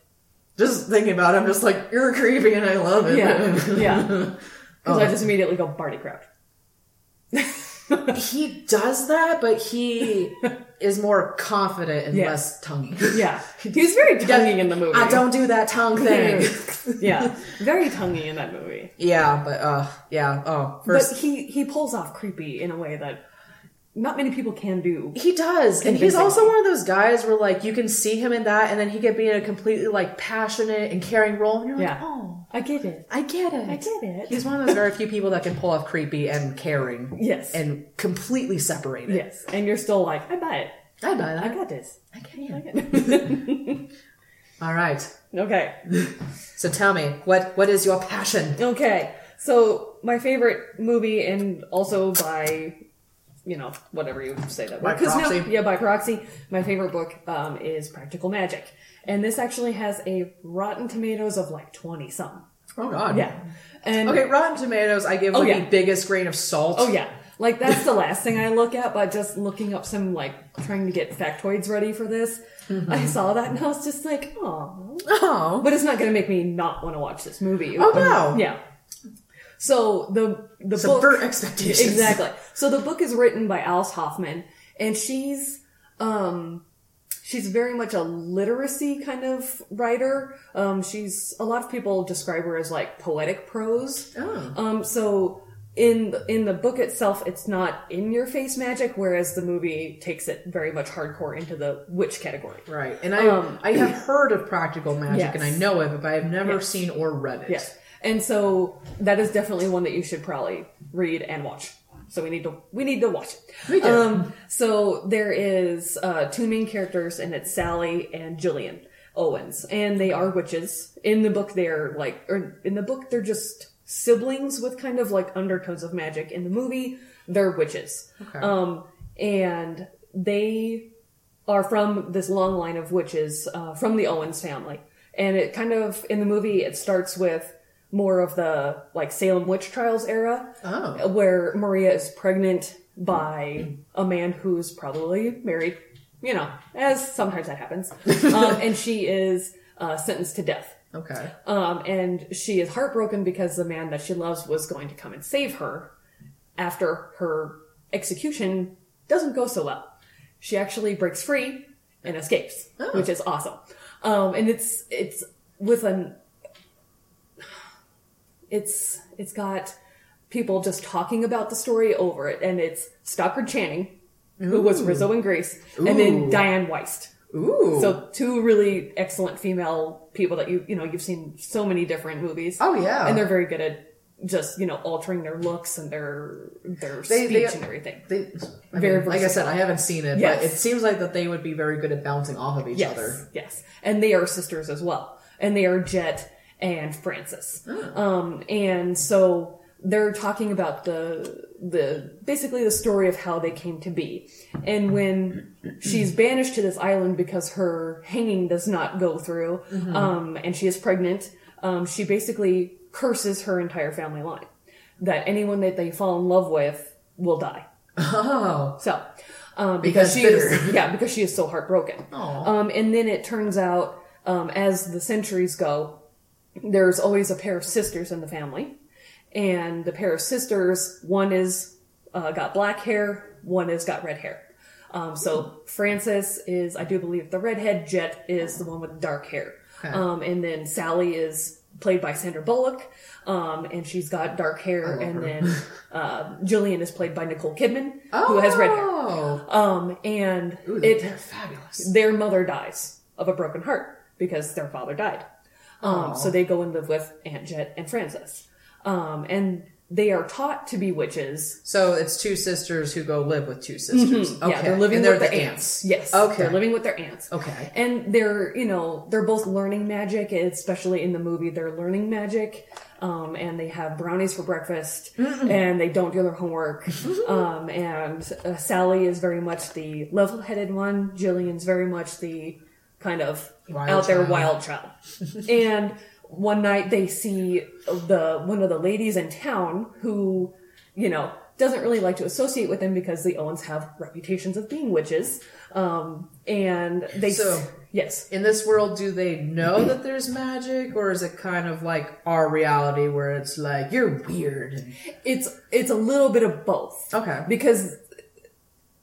A: just thinking about it, I'm just like, you're creepy and I love it.
B: Yeah. yeah. Because
A: Oh.
B: I just immediately go Barty Crouch.
A: he does that, but he is more confident and
B: Yeah.
A: less tonguey.
B: Yeah. He's very tonguey in the movie.
A: I don't do that tongue thing.
B: yeah. Very tonguey in that movie.
A: yeah, but uh yeah, oh first
B: But he he pulls off creepy in a way that not many people can do.
A: He does, and he's also
B: Convincing.
A: one of those guys where like you can see him in that, and then he could be in a completely like passionate and caring role, and you're
B: Yeah.
A: like, oh,
B: I get it.
A: I get it,
B: I get it.
A: He's one of those very few people that can pull off creepy and caring,
B: Yes.
A: and completely separate it.
B: yes. And you're still like, I buy it.
A: I buy
B: I
A: that.
B: got this.
A: I
B: I
A: can.
B: get it.
A: All right.
B: okay.
A: So tell me, what what is your passion?
B: Okay. So my favorite movie and also by you know, whatever you say that
A: By
B: word. 'Cause no-
A: proxy.
B: yeah, by proxy. My favorite book um, is Practical Magic. And this actually has a Rotten Tomatoes of like 20 some.
A: Oh God.
B: Yeah. And
A: Okay, Rotten Tomatoes. I give
B: Oh,
A: like
B: yeah.
A: the biggest grain of salt.
B: Oh yeah. Like that's the last thing I look at, but just looking up some like trying to get factoids ready for this. I saw that and I was just like, oh.
A: Oh.
B: But it's not gonna make me not want to watch this movie.
A: Oh,
B: Um,
A: no.
B: Yeah. So the the book
A: Subvert expectations.
B: Exactly. So the book is written by Alice Hoffman, and she's um she's very much a literacy kind of writer. Um, she's a lot of people describe her as like poetic prose.
A: Oh.
B: Um, so in the, in the book itself, it's not in your face magic, whereas the movie takes it very much hardcore into the witch category.
A: Right. And I
B: Um,
A: I have heard of practical magic
B: Yes.
A: and I know it, but I have never seen or read it.
B: Yes. And so that is definitely one that you should probably read and watch. So we need to we need to watch it.
A: We do.
B: Um, so there is uh, two main characters, and it's Sally and Jillian Owens, and they are witches. In the book, they're like, or in the book, they're just siblings with kind of like undertones of magic. In the movie, they're witches.
A: Okay.
B: Um, and they are from this long line of witches uh, from the Owens family. And it kind of, in the movie, it starts with more of the like Salem witch trials era,
A: Oh.
B: where Maria is pregnant by a man who's probably married, you know, as sometimes that happens. um, and she is uh, sentenced to death.
A: Okay.
B: Um, and she is heartbroken because the man that she loves was going to come and save her after her execution doesn't go so well. She actually breaks free and escapes, which is awesome. Um, and it's, it's with an, it's, it's got people just talking about the story over it. And it's Stockard Channing, who was Rizzo and Grace, and then
A: Ooh.
B: Diane Weist.
A: Ooh.
B: So two really excellent female people that you you know you've seen so many different movies.
A: Oh, yeah.
B: and they're very good at just you know altering their looks and their their
A: They-
B: speech
A: they-
B: and everything.
A: they, I
B: Very
A: mean, like I said, I haven't seen it,
B: Yes.
A: but it seems like that they would be very good at bouncing off of each
B: yes,
A: other.
B: yes, and they are sisters as well, and they are Jet and Francis.
A: Oh.
B: Um, and so they're talking about the the basically the story of how they came to be, and when she's banished to this island because her hanging does not go through,
A: Mm-hmm.
B: um, and she is pregnant. Um, she basically curses her entire family line that anyone that they fall in love with will die.
A: Oh,
B: So, um,
A: Because
B: because, she
A: bitter.
B: is, yeah, because she is so heartbroken.
A: Aw.
B: Um, and then it turns out, um, as the centuries go, there's always a pair of sisters in the family. And the pair of sisters, one is uh, got black hair, one has got red hair. Um, so Frances is, I do believe, the redhead. Jet is the one with dark hair. Um, and then Sally is played by Sandra Bullock, um, and she's got dark hair. And then uh, Jillian is played by Nicole Kidman, who has red hair.
A: Oh.
B: Um, and
A: Ooh,
B: it
A: they're fabulous.
B: their mother dies of a broken heart because their father died. Um, so they go and live with Aunt Jet and Frances. Um, and they are taught to be witches.
A: So it's two sisters who go live with two sisters. Okay.
B: Yeah, they're living
A: and Mm-hmm. they're
B: with
A: the
B: their
A: aunts.
B: Yes.
A: Okay.
B: They're living with their aunts.
A: Okay.
B: And they're, you know, they're both learning magic, especially in the movie, they're learning magic. Um, and they have brownies for breakfast and they don't do their homework.
A: Mm-hmm.
B: um, and uh, Sally is very much the level headed one. Jillian's very much the kind of
A: Wild
B: out there
A: child.
B: wild child. and one night they see the, one of the ladies in town who, you know, doesn't really like to associate with them because the Owens have reputations of being witches. Um, and they
A: So-
B: yes.
A: In this world, do they know that there's magic, or is it kind of like our reality where it's like you're weird? and-
B: It's it's a little bit of both.
A: Okay.
B: Because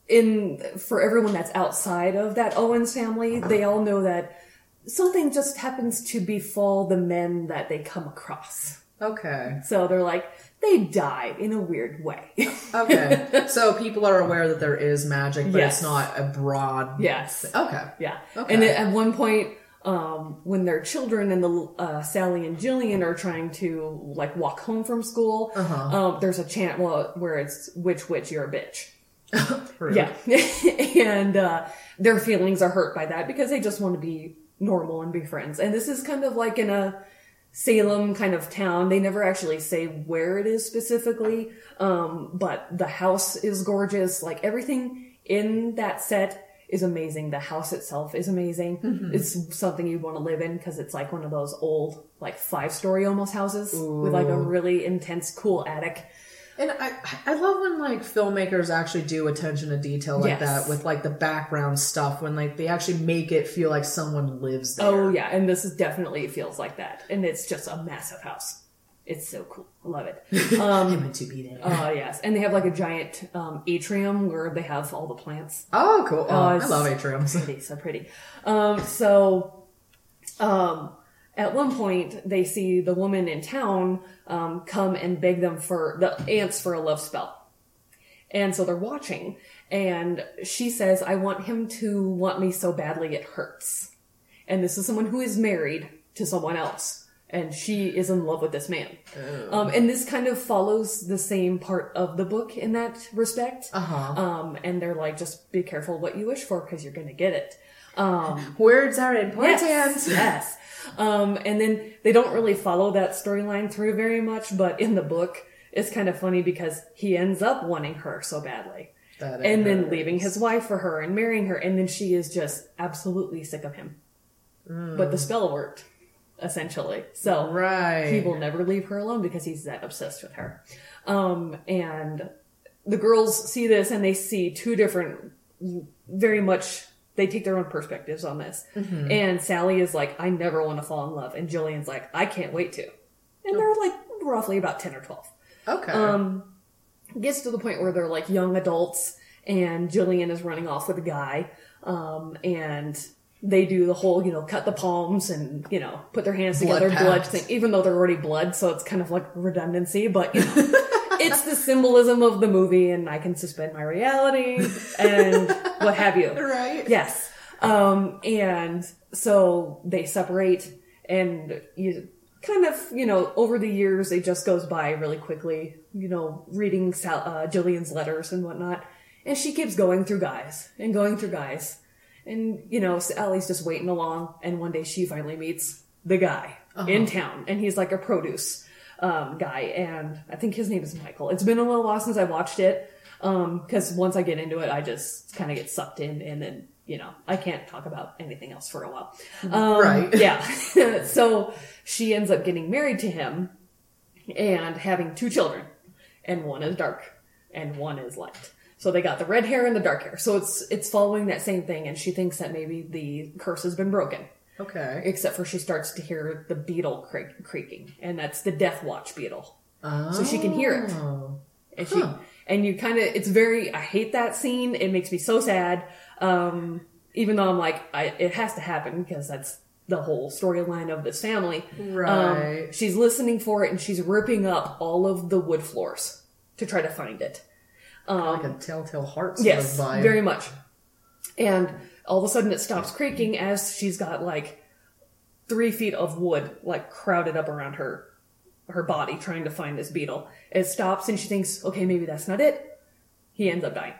B: in for everyone that's outside of that Owens family, they all know that something just happens to befall the men that they come across.
A: Okay.
B: So they're like they died in a weird way.
A: Okay. so people are aware that there is magic, but
B: Yes.
A: it's not a broad.
B: yes.
A: Okay.
B: Yeah.
A: Okay.
B: And at one point, um, when their children and the uh, Sally and Jillian are trying to like walk home from school, um, there's a chant well, where it's "Which witch, you're a bitch."
A: Rude.
B: Yeah. and uh, their feelings are hurt by that because they just want to be normal and be friends. And this is kind of like in a Salem kind of town. They never actually say where it is specifically, um, but the house is gorgeous. Like everything in that set is amazing. The house itself is amazing. It's something you'd want to live in because it's like one of those old, like five story almost houses with like a really intense, cool attic.
A: And I, I love when like filmmakers actually do attention to detail like
B: Yes.
A: that with like the background stuff when like they actually make it feel like someone lives there.
B: Oh yeah, and this is definitely feels like that, and it's just a massive house. It's so cool, I love it.
A: I meant to be there.
B: Oh yes, and they have like a giant um, atrium where they have all the plants.
A: oh, cool. Oh, I
B: it's-
A: love atriums.
B: Pretty, so pretty. Um, so, um, at one point they see the woman in town um, come and beg them for the ants for a love spell. And so they're watching, and she says, I want him to want me so badly it hurts. And this is someone who is married to someone else, and she is in love with this man. Um, and this kind of follows the same part of the book in that respect. Uh-huh. Um, and they're like, just be careful what you wish for because you're going to get it. Um,
A: Words are important.
B: Yes. yes. Um, and then they don't really follow that storyline through very much, but in the book, it's kind of funny because he ends up wanting her so badly.
A: That
B: and then
A: hurts.
B: leaving his wife for her and marrying her, and then she is just absolutely sick of him. But the spell worked, essentially. So
A: Right.
B: he will never leave her alone because he's that obsessed with her. Um, and the girls see this and they see two different, very much, they take their own perspectives on this. And Sally is like, I never want to fall in love. And Jillian's like, I can't wait to. And they're like roughly about 10 or 12
A: Okay.
B: um, gets to the point where they're like young adults and Jillian is running off with a guy. Um, and they do the whole, you know, cut the palms and, you know, put their hands
A: Blood
B: together, blood
A: pact.
B: thing, even though they're already blood. So it's kind of like redundancy, but you know, it's the symbolism of the movie and I can suspend my reality and what have you.
A: right.
B: Yes. Um, and so they separate and you kind of, you know, over the years, it just goes by really quickly, you know, reading Sal- uh, Jillian's letters and whatnot. And she keeps going through guys and going through guys. And, you know, Sally's just waiting along. And one day she finally meets the guy in town and he's like a produce um, guy. And I think his name is Michael. It's been a little while since I watched it because once I get into it, I just kind of get sucked in, and then you know I can't talk about anything else for a while. Um,
A: Right.
B: Yeah. so she ends up getting married to him and having two children, and one is dark and one is light. So they got the red hair and the dark hair. So it's it's following that same thing, and she thinks that maybe the curse has been broken.
A: Okay.
B: except for she starts to hear the beetle creak- creaking, and that's the Death Watch beetle.
A: Oh.
B: she can hear it. And she
A: Huh.
B: and you kind of it's very I hate that scene. It makes me so sad. Um, even though I'm like I, it has to happen because that's the whole storyline of this family. Um,
A: Right.
B: she's listening for it and she's ripping up all of the wood floors to try to find it.
A: Like a telltale heart sort
B: um, Yes,
A: of vibe.
B: very much. And all of a sudden, it stops creaking as she's got like three feet of wood like crowded up around her her body, trying to find this beetle. It stops, and she thinks, "Okay, maybe that's not it." He ends up dying.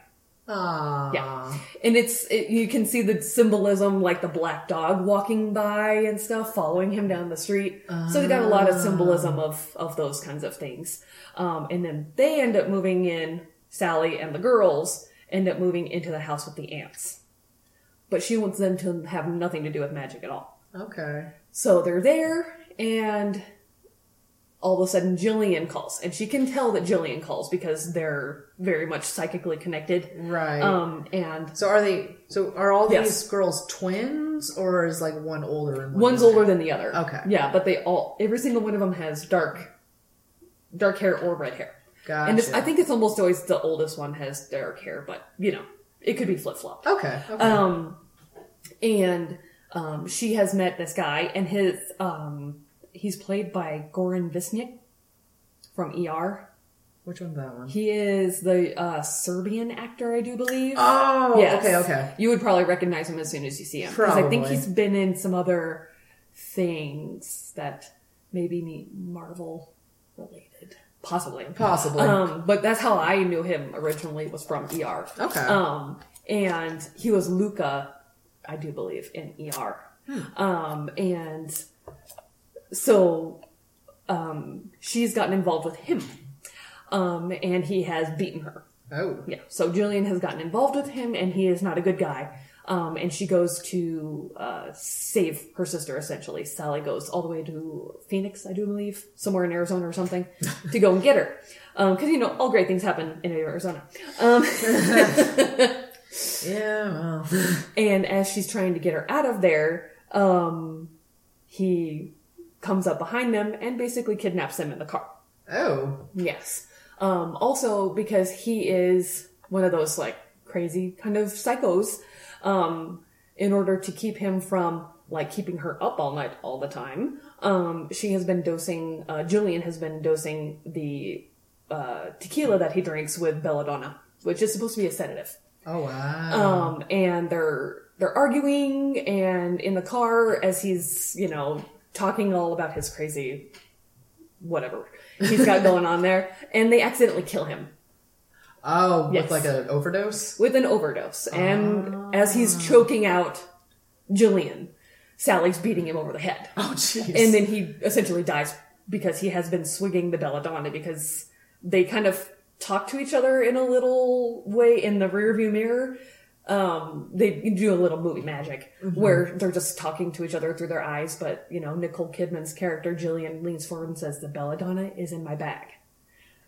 A: Ah.
B: Yeah, Uh. and it's it, you can see the symbolism, like the black dog walking by and stuff, following him down the street. So they got a lot of symbolism of of those kinds of things. Um, and then they end up moving in. Sally and the girls end up moving into the house with the ants, but she wants them to have nothing to do with magic at all.
A: Okay.
B: So they're there, and all of a sudden Jillian calls, and she can tell that Jillian calls because they're very much psychically connected.
A: Right.
B: Um, and
A: so are they? So are all these
B: Yes.
A: girls twins, or is like one older and one
B: One's older than the other.
A: Okay.
B: Yeah, but they all every single one of them has dark dark hair or red hair.
A: Gotcha.
B: And it's, I think it's almost always the oldest one has dark hair, but you know, it could be flip flop.
A: Okay. okay.
B: Um and um she has met this guy and his um he's played by Goran Visnik from ER.
A: Which one's that one?
B: He is the uh Serbian actor, I do believe.
A: Oh.
B: Yes.
A: Okay. Okay.
B: You would probably recognize him as soon as you see him. Because I think
A: Probably.
B: he's been in some other things that maybe need Marvel related. Possibly.
A: Possibly.
B: Um, but that's how I knew him originally was from ER.
A: Okay.
B: Um, and he was Luca, I do believe, in ER.
A: Hmm.
B: Um, and so um, she's gotten involved with him. Um, and he has beaten her.
A: oh.
B: Yeah. So Julian has gotten involved with him, and he is not a good guy. Um, and she goes to uh, save her sister, essentially. Sally goes all the way to Phoenix, I do believe, somewhere in Arizona or something, to go and get her. Because, you know, all great things happen in Arizona. Um,
A: Yeah. Well.
B: and as she's trying to get her out of there, um, he comes up behind them and basically kidnaps them in the car.
A: Oh.
B: Yes. Um, also because he is one of those like crazy kind of psychos. Um, in order to keep him from like keeping her up all night all the time, um, she has been dosing. Uh, Julian has been dosing the uh, tequila that he drinks with belladonna, which is supposed to be a sedative.
A: Oh wow.
B: Um, and they're they're arguing, and in the car as he's you know talking all about his crazy whatever he's got going on there, and they accidentally kill him
A: oh,
B: yes.
A: with like an overdose.
B: with an overdose. And as he's choking out Jillian, Sally's beating him over the head,
A: Oh jeez.
B: and then he essentially dies because he has been swigging the belladonna because they kind of talk to each other in a little way in the rearview mirror. um, they do a little movie magic where they're just talking to each other through their eyes. But you know, Nicole Kidman's character Jillian leans forward and says, "The belladonna is in my bag."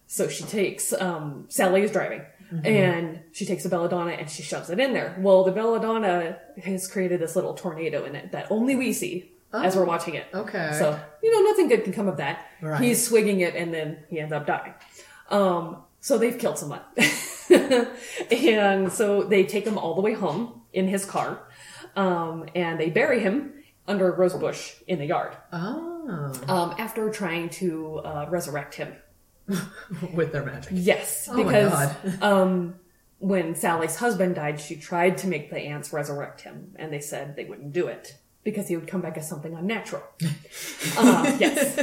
B: So she takes um, Sally is driving, and she takes the belladonna and she shoves it in there. Well, the belladonna has created this little tornado in it that only we see as we're watching it.
A: okay.
B: So, you know, nothing good can come of that.
A: Right.
B: He's swigging it and then he ends up dying. Um, so they've killed someone. and so they take him all the way home in his car. Um, and they bury him under a rose bush in the yard.
A: Oh.
B: Um, after trying to, uh, resurrect him.
A: With their magic.
B: Yes.
A: my
B: because, um, when Sally's husband died, she tried to make the ants resurrect him and they said they wouldn't do it because he would come back as something unnatural. uh, yes.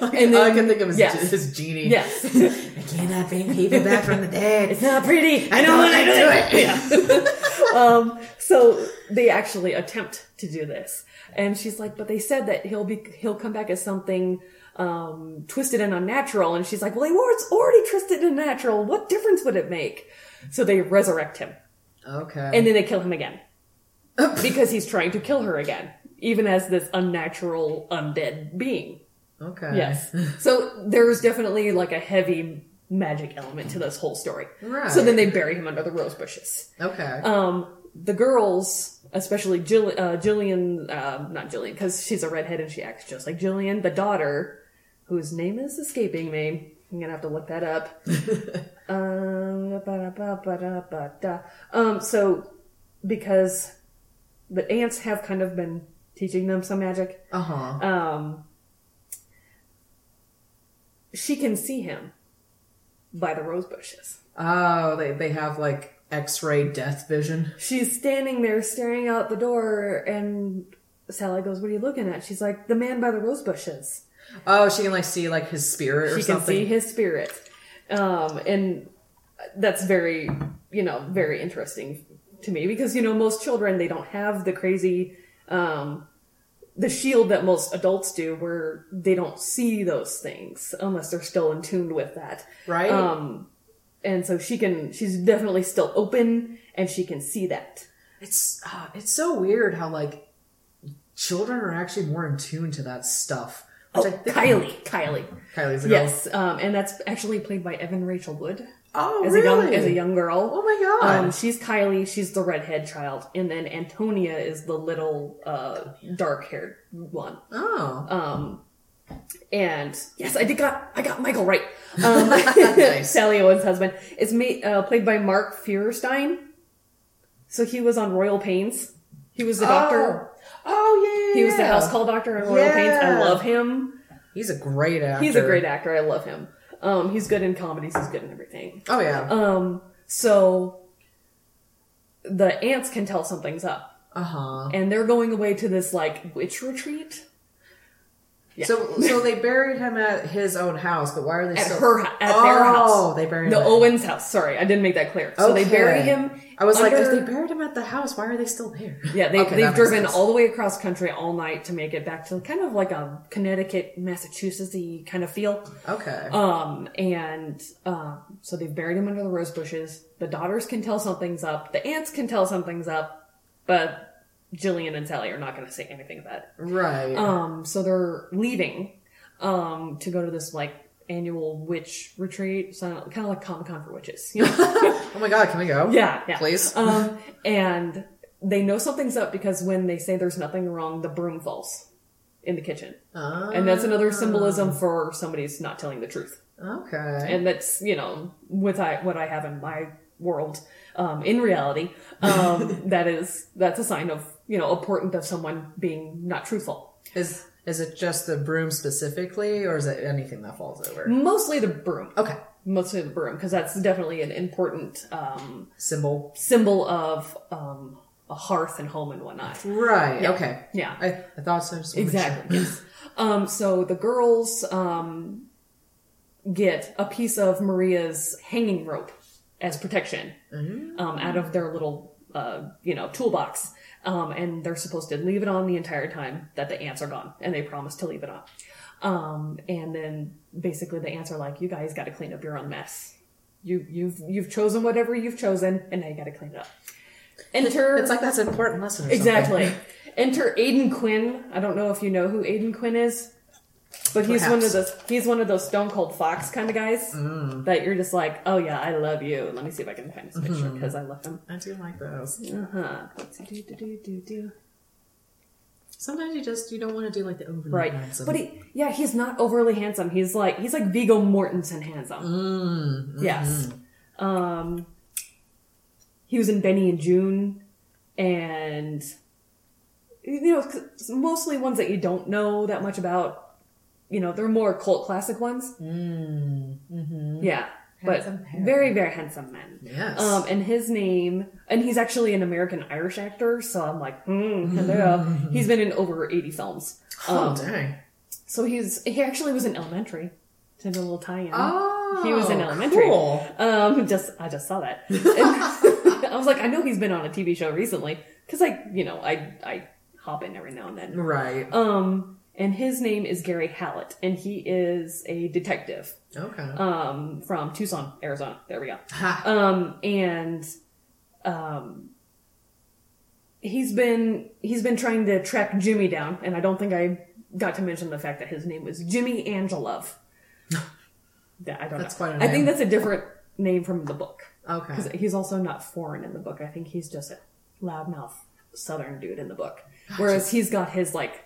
A: And
B: And
A: All I
B: then-
A: can think of is
B: yes.
A: his genie.
B: Yes.
A: I cannot bring people back from the dead.
B: It's not pretty. I
A: don't wanna do it.
B: um, so they actually attempt to do this. And she's like, but they said that he'll be, he'll come back as something, um, twisted and unnatural. And she's like, well, he was already twisted and natural. What difference would it make? So they resurrect him
A: Okay.
B: and then they kill him again because he's trying to kill her again, even as this unnatural undead being.
A: okay.
B: Yes. So there's definitely like a heavy magic element to this whole story.
A: Right.
B: So then they bury him under the rose bushes.
A: Okay.
B: Um, the girls, especially Jill, uh, Jillian, uh, not Jillian, because she's a redhead and she acts just like Jillian, the daughter, whose name is escaping me. I'm gonna have to look that up. um, ba-da-ba-ba-da-ba-da. um, so because the ants have kind of been teaching them some magic,
A: Uh huh.
B: um, she can see him by the rose bushes.
A: Oh, they they have like X-ray death vision.
B: She's standing there staring out the door, and Sally goes, What are you looking at? She's like, The man by the rose bushes.
A: Oh, she can like see like his spirit or
B: She can
A: something.
B: see his spirit. Um, and that's very, you know, very interesting to me because, you know, most children, they don't have the crazy, um, the shield that most adults do where they don't see those things unless they're still in tune with that.
A: Right.
B: Um, and so she can, she's definitely still open and she can see that.
A: It's uh, it's so weird how like children are actually more in tune to that stuff. Which I think
B: Kylie, Kylie.
A: Kylie's Oh. a girl.
B: Oh. Yes, um, and that's actually played by Evan Rachel Wood
A: Oh,
B: as
A: really?
B: a young as a young girl.
A: Oh my God.
B: Um, she's Kylie. She's the redhead child, and then Antonia is the little uh, dark haired one.
A: oh,
B: Um, and yes, I did got I got Michael right. Um, Sally Owen's husband is ma- uh, played by Mark Feuerstein. So he was on Royal Pains. He was the
A: Oh,
B: doctor.
A: oh yeah, yeah,
B: He was the
A: yeah.
B: house call doctor in Royal Pains. I
A: Yeah.
B: love him.
A: He's a great actor.
B: He's a great actor. I love him. Um, he's good in comedies. He's good in everything.
A: Oh yeah.
B: Um, so the ants can tell something's up,
A: Uh huh.
B: and they're going away to this like witch retreat yeah.
A: So so they buried him at his own house, but why are they
B: at
A: still...
B: her hou- at
A: oh,
B: their house,
A: they buried
B: the
A: him. at-
B: Owens' house. Sorry, I didn't make that clear. So they
A: Okay.
B: bury him.
A: I was like, if
B: under-
A: they buried him at the house, why are they still there?
B: yeah, they,
A: Okay,
B: they've
A: that makes
B: driven
A: sense.
B: all the way across country all night to make it back to kind of like a Connecticut, Massachusettsy kind of feel.
A: Okay.
B: Um, and um, so they've buried him under the rose bushes. The daughters can tell something's up. The aunts can tell something's up, but Jillian and Sally are not going to say anything about it.
A: right.
B: Um, so they're leaving um, to go to this like annual witch retreat, so kind of like Comic Con for witches. You know?
A: oh my god, can we go?
B: yeah, yeah.
A: Please.
B: Um, and they know something's up because when they say there's nothing wrong, the broom falls in the kitchen,
A: Oh,
B: and that's another symbolism for somebody's not telling the truth
A: okay.
B: and that's you know with I, what I have in my world um, in reality um, that is that's a sign of you know a portent of someone being not truthful
A: Is is it just the broom specifically, or is it anything that falls over?
B: mostly the broom
A: Okay.
B: mostly the broom because that's definitely an important um,
A: Symbol.
B: symbol of um, a hearth and home and whatnot
A: Right. Okay.
B: yeah
A: I, I thought so. Just wanna make sure.
B: Exactly. yes. Um, so the girls um, get a piece of Maria's hanging rope as protection
A: Mm-hmm.
B: um, out of their little, uh, you know, toolbox, um, and they're supposed to leave it on the entire time that the ants are gone, and they promise to leave it on. Um, and then basically the ants are like, "You guys got to clean up your own mess. You, you've you've chosen whatever you've chosen, and now you got to clean it up." Enter.
A: It's like that's an important lesson. Or something.
B: Exactly. Enter Aiden Quinn. I don't know if you know who Aiden Quinn is, but he's one of
A: Perhaps. Mm.
B: those he's one of those Stone Cold Fox kind of guys that you're just like, oh yeah, I love you. Let me see if I can find his picture
A: Mm-hmm.
B: because I love him.
A: I do like those.
B: Uh huh. Let's see. Do, do, do, do, do.
A: Sometimes you just you don't want to do like the overly
B: Right,
A: handsome.
B: but he, yeah, he's not overly handsome. He's like he's like Vigo Mortensen handsome.
A: Mm,
B: Yes.
A: Mm-hmm.
B: Um, he was in Benny and June, and you know, 'cause mostly ones that you don't know that much about. You know, they're more cult classic ones. Yeah, but
A: Mm, mm-hmm. Handsome pair.
B: very, very handsome man.
A: Yes.
B: Um, and his name, and he's actually an American Irish actor. So I'm like, hmm, hello. he's been in over 80 films.
A: oh
B: Um,
A: dang.
B: so he's he actually was in elementary. Did a little tie-in.
A: Oh,
B: he was in elementary.
A: cool.
B: Um, just I just saw that. And I was like, I know he's been on a TV show recently because I, you know, I I hop in every now and then.
A: Right.
B: Um, and his name is Gary Hallett, and he is a detective
A: okay.
B: um, from Tucson, Arizona. There we go.
A: Ha.
B: Um, and um, he's been he's been trying to track Jimmy down, and I don't think I got to mention the fact that his name was Jimmy Angelov. That- I don't
A: That's
B: know.
A: quite a
B: I think
A: name.
B: that's a different name from the book.
A: Okay.
B: Because he's also not foreign in the book. I think he's just loudmouth southern dude in the book. Whereas he's got his like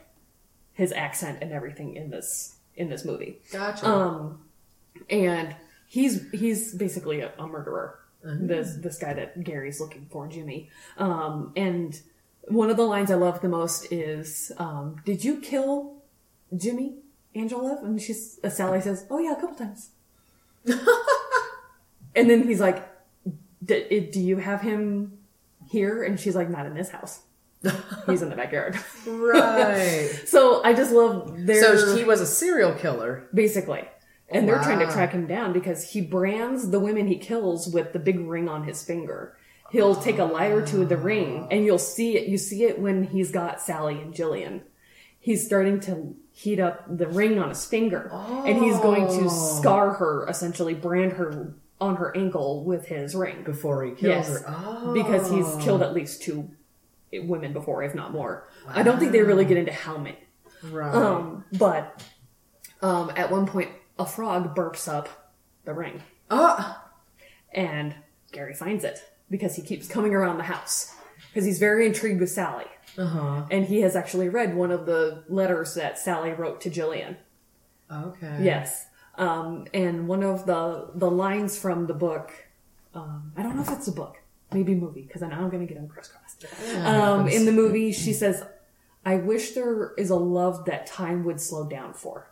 B: his accent and everything in this in this movie.
A: Gotcha.
B: Um and he's he's basically a, a murderer. This this guy that Gary's looking for, Jimmy. Um and one of the lines I love the most is um, did you kill Jimmy, Angela? And she's uh, Sally says, Oh yeah, a couple times. and then he's like, D- it- Do you have him here? And she's like, Not in this house. He's in the backyard.
A: right.
B: so I just love their
A: so he was a serial killer.
B: basically. And they're trying to
A: Wow.
B: track him down because he brands the women he kills with the big ring on his finger. He'll take a light or two of the ring, and you'll see it. You see it when he's got Sally and Jillian. He's starting to heat up the ring on his finger, and he's going to scar her, essentially brand her on her ankle with his ring
A: Before he kills
B: Yes.
A: her. Oh.
B: because he's killed at least two women before, if not more. I don't think they really get into how many.
A: Right.
B: Um, but um, at one point, a frog burps up the ring,
A: oh.
B: and Gary finds it because he keeps coming around the house because he's very intrigued with Sally,
A: Uh-huh.
B: and he has actually read one of the letters that Sally wrote to Jillian.
A: Okay.
B: Yes, um, and one of the the lines from the book. Um, I don't know if it's a book, maybe movie, because I know I'm going to get them crisscrossed. Um, in the movie, she says, "I wish there is a love that time would slow down for."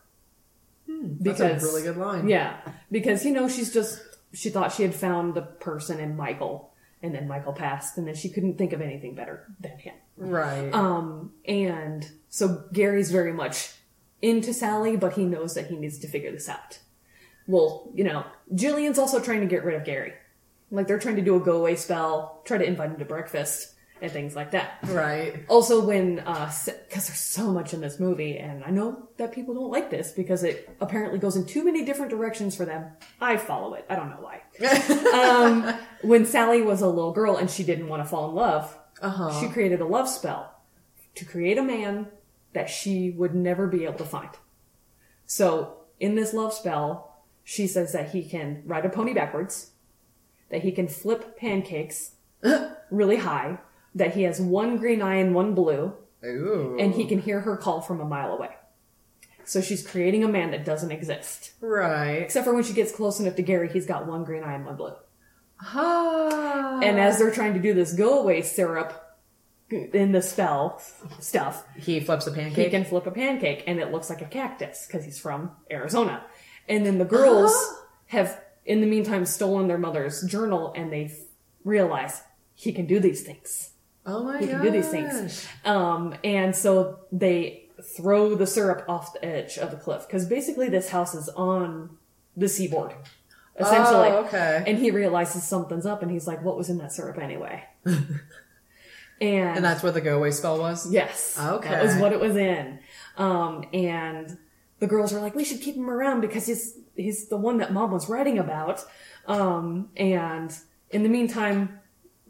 A: That's a Hmm, really good line.
B: Yeah, because you know she's just she thought she had found the person in Michael, and then Michael passed, and then she couldn't think of anything better than him.
A: Right.
B: Um, and so Gary's very much into Sally, but he knows that he needs to figure this out. Well, you know, Jillian's also trying to get rid of Gary. Like they're trying to do a go away spell, try to invite him to breakfast and things like that.
A: right.
B: Also, when because there's so much in this movie, and I know that people don't like this because it apparently goes in too many different directions for them. I follow it. I don't know why. um, when Sally was a little girl and she didn't want to fall in love,
A: Uh-huh.
B: she created a love spell to create a man that she would never be able to find. So in this love spell, she says that he can ride a pony backwards, that he can flip pancakes really high, that he has one green eye and one blue,
A: Ooh.
B: and he can hear her call from a mile away. So she's creating a man that doesn't exist.
A: Right.
B: Except for when she gets close enough to Gary, he's got one green eye and one blue.
A: Ah.
B: And as they're trying to do this go away syrup in the spell stuff,
A: he flips a
B: he
A: pancake.
B: can flip a pancake and it looks like a cactus because he's from Arizona. And then the girls have, in the meantime, stolen their mother's journal and they realize he can do these things.
A: oh my
B: He
A: god.
B: can do these things. Um, and so they throw the syrup off the edge of the cliff because basically this house is on the seaboard. Essentially.
A: Oh, okay.
B: And he realizes something's up and he's like, what was in that syrup anyway? and,
A: And that's what the go away spell was?
B: Yes.
A: Okay.
B: That was what it was in. Um, and the girls were like, we should keep him around because he's, he's the one that mom was writing about. Um, and in the meantime,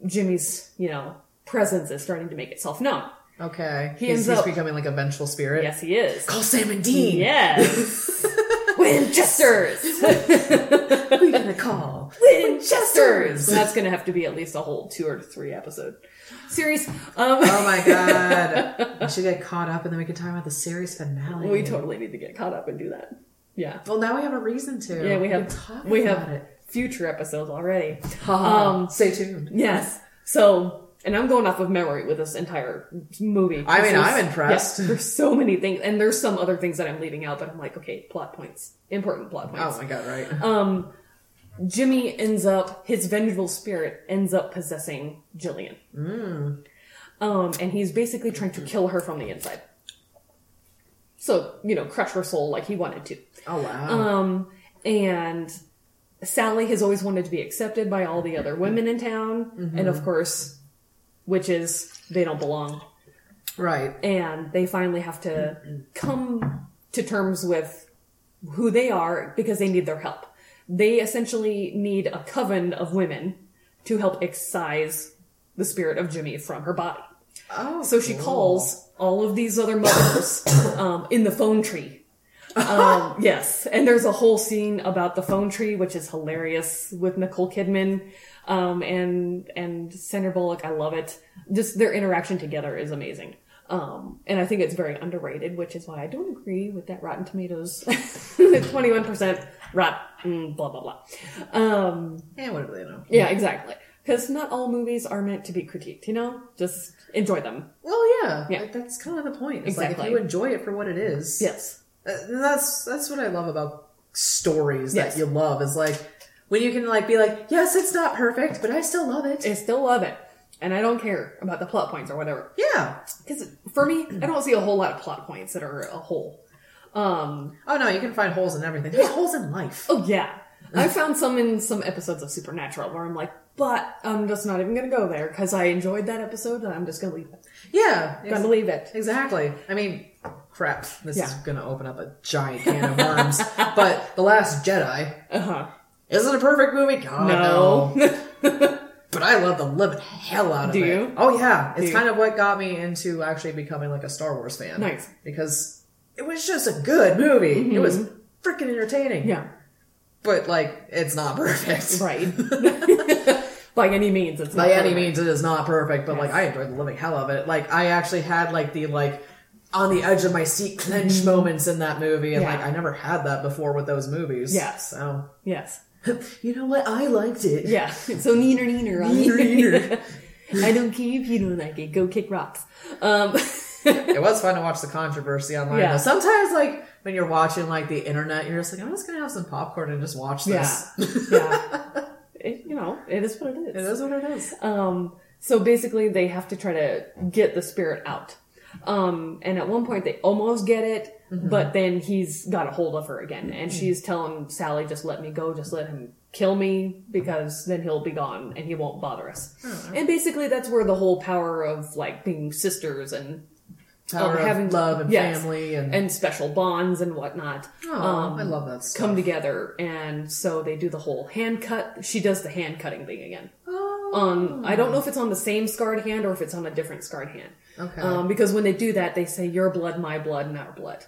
B: Jimmy's, you know, presence is starting to make itself known.
A: Okay.
B: He
A: he's,
B: ends
A: he's
B: up-
A: becoming like a vengeful spirit.
B: Yes, he is.
A: Call Sam and Dean.
B: Yes. Winchesters.
A: Who you gonna call?
B: Winchesters. And that's going to have to be at least a whole two or three episode series. Um,
A: Oh my god. we should get caught up and then we can talk about the series finale.
B: we totally need to get caught up and do that. Yeah.
A: Well, now we have a reason to.
B: Yeah, we
A: can
B: have
A: talk
B: we
A: about
B: have
A: it.
B: future episodes already.
A: Um,
B: um,
A: stay tuned.
B: yes. So, and I'm going off of memory with this entire movie.
A: I mean,
B: There's-
A: I'm impressed.
B: yeah, there's so many things, and there's some other things that I'm leaving out, but I'm like, okay, plot points, important plot
A: Oh
B: points.
A: my god, right.
B: Um, Jimmy ends up his vengeful spirit ends up possessing Jillian.
A: Hmm.
B: Um, and he's basically trying to kill her from the inside. So you know, crush her soul like he wanted to.
A: oh wow.
B: Um, and Sally has always wanted to be accepted by all the other women in town, and of course, witches they don't belong,
A: right.
B: and they finally have to come to terms with who they are because they need their help. They essentially need a coven of women to help excise the spirit of Jimmy from her body.
A: Oh.
B: So she
A: cool.
B: calls all of these other mothers um, in the phone tree Um, yes, and there's a whole scene about the phone tree, which is hilarious with Nicole Kidman um, and and Sandra Bullock. I love it. Just their interaction together is amazing, um, and I think it's very underrated, which is why I don't agree with that Rotten Tomatoes, twenty one percent rot, mm, blah blah blah. Um,
A: And what do they know?
B: yeah, exactly. Because not all movies are meant to be critiqued. You know, just enjoy them.
A: Well, yeah,
B: Yeah.
A: Like, that's kind of the point. It's like
B: Exactly.
A: if you enjoy it for what it is,
B: Yes.
A: Uh, that's that's what I love about stories
B: Yes.
A: that you love is like when you can like be like, yes, it's not perfect, but I still love it.
B: I still love it. And I don't care about the plot points or whatever.
A: yeah.
B: Because for me, I don't see a whole lot of plot points that are a whole. Um,
A: Oh no, you can find holes in everything. There's holes in life.
B: oh, yeah. I found some in some episodes of Supernatural where I'm like, but I'm just not even going to go there because I enjoyed that episode and I'm just going to leave it.
A: Yeah,
B: Going
A: ex-
B: to leave it.
A: exactly. I mean, crap. This is
B: Yeah.
A: going to open up a giant can of worms. but The Last Jedi
B: Uh huh.
A: is it a perfect movie? God,
B: No.
A: But I love the living hell out of
B: Do
A: it.
B: you?
A: Oh yeah, it's
B: you?
A: kind of what got me into actually becoming like a Star Wars fan.
B: Nice.
A: because it was just a good movie. It was freaking entertaining.
B: Mm-hmm. yeah.
A: but like it's not perfect.
B: Right. By any means, it's
A: By
B: not
A: any
B: perfect.
A: means, it is not perfect, but like I enjoyed the living hell of it. Like I actually had like the like on the edge of my seat clench moments in that movie, and
B: Mm-hmm. Yeah.
A: like I never had that before with those movies.
B: Yeah.
A: so
B: Yes.
A: you know what? I liked it.
B: Yeah. So neener neener on
A: Neener,
B: it. I don't care if you don't like it. Go kick rocks. Um,
A: it was fun to watch the controversy online.
B: Yeah.
A: though. Sometimes, like when you're watching like the internet, you're just like, I'm just gonna have some popcorn and just watch this.
B: yeah. It, you know, it is what it
A: it
B: is.
A: is what it is.
B: Um, so basically, they have to try to get the spirit out. Um, and at one point, they almost get it, but then he's got a hold of her again. And she's telling Sally, just let me go, just let him kill me, because then he'll be gone and he won't bother us. And basically, that's where the whole power of like being sisters and
A: Power of
B: having-
A: love and
B: yes.
A: family and,
B: and special bonds and whatnot Um,
A: oh, I love that stuff.
B: come together. And so they do the whole hand cut. She does the hand cutting thing again.
A: Oh,
B: on I don't know if it's on the same scarred hand or if it's on a different scarred hand.
A: okay.
B: Um, because when they do that, they say your blood, my blood, and our blood.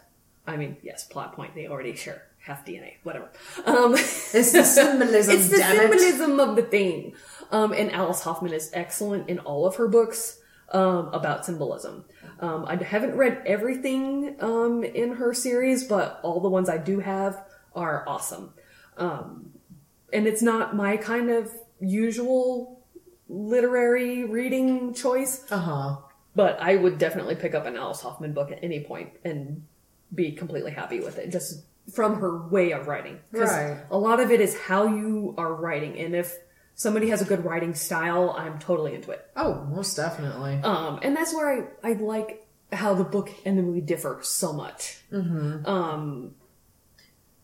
B: I mean, yes, plot point. They already share half DNA, whatever. Um,
A: it's the symbolism.
B: it's the
A: damn It.
B: symbolism of the thing. Um, and Alice Hoffman is excellent in all of her books um, about symbolism. Um, I haven't read everything um, in her series, but all the ones I do have are awesome. Um, and it's not my kind of usual literary reading choice,
A: Uh huh.
B: but I would definitely pick up an Alice Hoffman book at any point and be completely happy with it, just from her way of writing. 'Cause
A: Right.
B: A lot of it is how you are writing, and if somebody has a good writing style, I'm totally into it.
A: Oh, most definitely.
B: Um, and that's where I, I like how the book and the movie differ so much.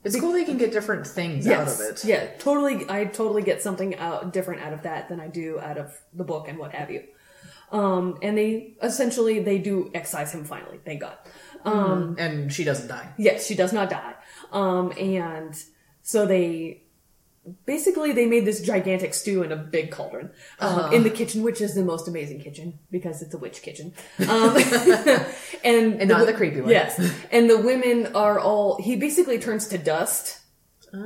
A: It's cool they can get different things
B: Yes.
A: out of it.
B: Yeah, totally. I totally get something out different out of that than I do out of the book and what have you. Um, and they essentially they do excise him finally. Thank God. Um,
A: And she doesn't die.
B: Yes, she does not die. Um, and so they basically they made this gigantic stew in a big cauldron um,
A: Uh-huh.
B: in the kitchen, which is the most amazing kitchen because it's a witch kitchen. Um, and
A: And not the creepy one.
B: Yes, and the women are all. He basically turns to dust
A: Ah.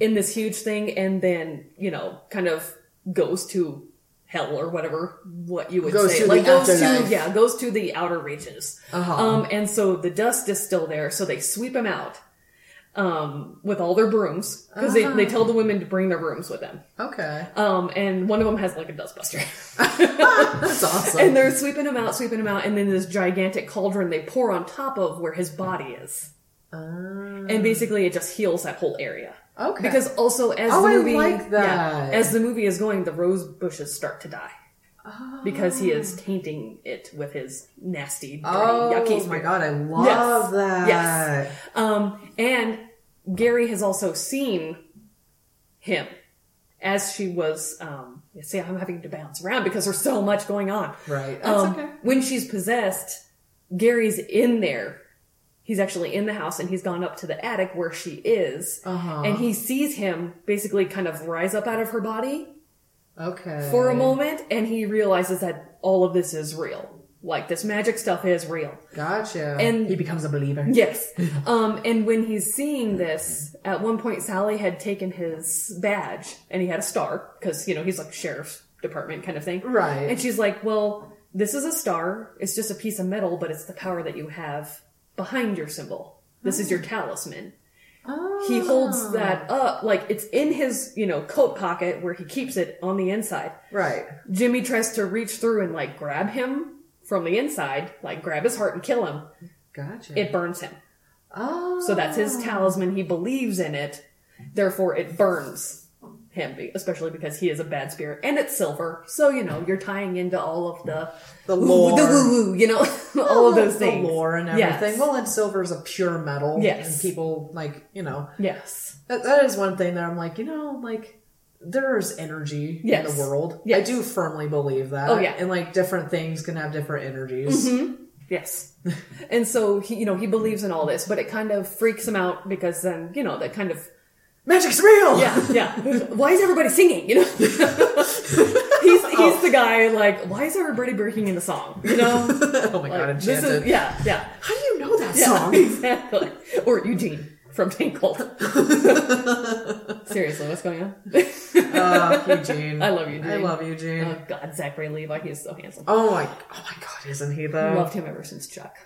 B: in this huge thing, and then you know, kind of goes to hell or whatever what you would
A: Goes
B: say
A: to
B: like
A: the
B: goes to
A: afterlife.
B: yeah goes to the outer reaches
A: Uh-huh.
B: um and so the dust is still there so they sweep him out um with all their brooms because they, they tell the women to bring their brooms with them
A: Okay.
B: um and one of them has like a dustbuster
A: That's awesome.
B: and they're sweeping him out sweeping him out and then this gigantic cauldron they pour on top of where his body is
A: Uh,
B: and basically it just heals that whole area
A: okay.
B: because also as
A: Oh,
B: the
A: I
B: movie
A: like
B: yeah,
A: that.
B: as the movie is going, the rose bushes start to die because he is tainting it with his nasty, dirty, yucky
A: Oh my
B: spirit.
A: god, I love that.
B: Yes. Um, and Gary has also seen him as she was. Um, see, I'm having to bounce around because there's so much going on.
A: Right. That's
B: Um,
A: okay.
B: When she's possessed, Gary's in there. He's actually in the house and he's gone up to the attic where she is.
A: Uh-huh.
B: And he sees him basically kind of rise up out of her body
A: Okay.
B: for a moment and he realizes that all of this is real. Like this magic stuff is real.
A: Gotcha.
B: And-
A: he becomes a believer.
B: Yes. Um, and when he's seeing this, at one point Sally had taken his badge and he had a star because, you know, he's like sheriff's department kind of thing.
A: Right.
B: And she's like, well, this is a star. It's just a piece of metal, but it's the power that you have behind your symbol. This is your talisman. He holds that up, like it's in his, you know, coat pocket where he keeps it on the inside.
A: Right.
B: Jimmy tries to reach through and like grab him from the inside, like grab his heart and kill him.
A: Gotcha.
B: It burns him.
A: oh.
B: So that's his talisman. He believes in it. Therefore, it burns him, be- especially because he is a bad spirit and it's silver. So, you know, you're tying into all of the,
A: The lore.
B: the woo woo, you know, all of those
A: the
B: things.
A: lore and
B: Yes.
A: everything. Well, and silver is a pure metal.
B: Yes.
A: And people, like, you know,
B: Yes.
A: that, that is one thing that I'm like, you know, like, there's energy in
B: Yes.
A: the world. I
B: Yes.
A: do firmly believe that.
B: Oh, yeah. Mm-hmm.
A: And, like, different things can have different energies.
B: Yes. and so he, you know, he believes in all this, but it kind of freaks him out because then, you know, that kind of
A: Magic's real!
B: Yeah, yeah. Why is everybody singing? You know, he's he's the guy like, why is everybody breaking into song? You know,
A: oh my god,
B: Like, this
A: enchanted.
B: is yeah, yeah,
A: How do you know that
B: yeah,
A: song?
B: exactly. Or Eugene from Tangled. Seriously, what's going on?
A: Oh, Eugene.
B: I love Eugene.
A: I love Eugene.
B: oh God, Zachary Levi, he is so handsome.
A: oh my, oh my god, isn't he though?
B: Loved him ever since Chuck.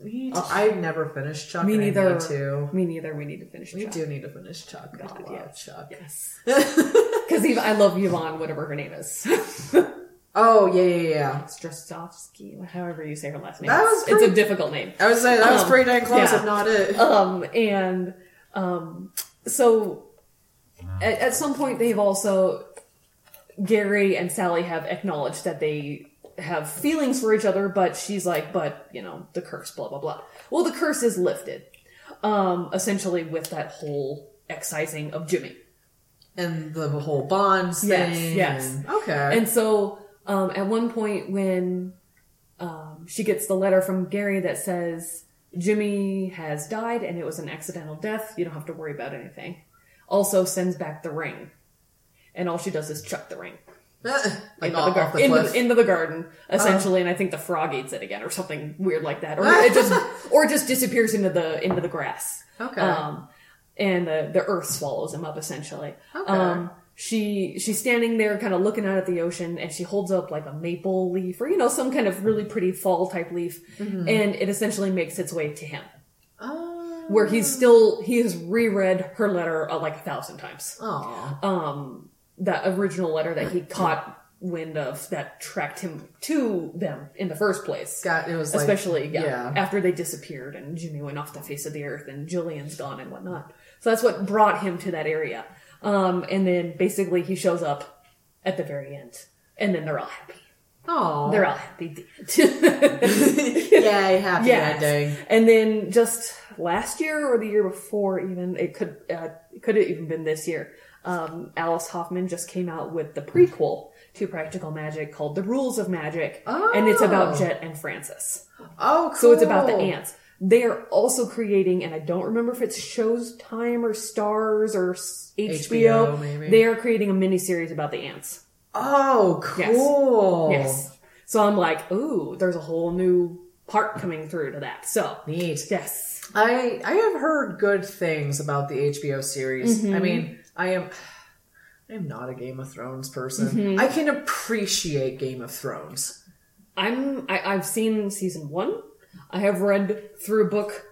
A: Me too. I never finished Chuck.
B: Me
A: and I
B: neither.
A: need to.
B: Me neither. We need to finish.
A: We
B: Chuck.
A: do need to finish Chuck. I
B: God,
A: love
B: yeah.
A: Chuck.
B: Yes. Because I love Yvonne, whatever her name is.
A: Oh yeah, yeah, yeah.
B: Strasovsky, however you say her last name.
A: That was
B: It's- it's
A: pretty-
B: a difficult name.
A: I was saying that was
B: Um,
A: pretty dang close,
B: yeah.
A: if not it.
B: um, and um, so at, at some point they've also gary and sally have acknowledged that they have feelings for each other but she's like but you know the curse blah blah blah well the curse is lifted um, essentially with that whole excising of jimmy
A: and the whole bonds
B: Yes,
A: thing.
B: yes.
A: and- okay.
B: And so, um, at one point, when um, she gets the letter from Gary that says Jimmy has died and it was an accidental death, you don't have to worry about anything. Also, sends back the ring, and all she does is chuck the ring
A: like
B: into,
A: off,
B: the, gar-
A: off the
B: into,
A: cliff. Uh-huh.
B: into the garden, essentially. And I think the frog eats it again, or something weird like that, or it just or it just disappears into the into the grass.
A: Okay.
B: Um, and the, the earth swallows him up essentially.
A: Okay.
B: Um, she she's standing there, kind of looking out at the ocean, and she holds up like a maple leaf or you know some kind of really pretty fall type leaf, and it essentially makes its way to him,
A: Oh.
B: where he's still he has reread her letter uh, like a thousand times
A: Aw.
B: um, that original letter that he caught wind of that tracked him to them in the first place.
A: God, it was like,
B: Especially yeah,
A: yeah.
B: after they disappeared and Jimmy went off the face of the earth and Jillian's gone and whatnot. So that's what brought him to that area. Um, and then basically he shows up at the very end. And then they're all happy.
A: Aw.
B: They're all happy. at the end.
A: Yay, happy
B: Yes.
A: ending.
B: And then just last year or the year before, even it could uh, it could have even been this year. Um, Alice Hoffman just came out with the prequel to Practical Magic called The Rules of Magic, and it's about
A: Oh.
B: Jet and Francis.
A: Oh, cool.
B: So it's about the ants. They are also creating, and I don't remember if it's Showtime or Stars or s- HBO.
A: HBO, maybe.
B: They are creating a miniseries about the ants.
A: Oh,
B: Yes.
A: cool.
B: Yes. So I'm like, ooh, there's a whole new part coming through to that. So
A: Neat.
B: yes.
A: I I have heard good things about the HBO series.
B: Mm-hmm.
A: I mean, I am I'm not a Game of Thrones person.
B: Mm-hmm.
A: I can appreciate Game of Thrones.
B: I'm I, I've seen season one. I have read through book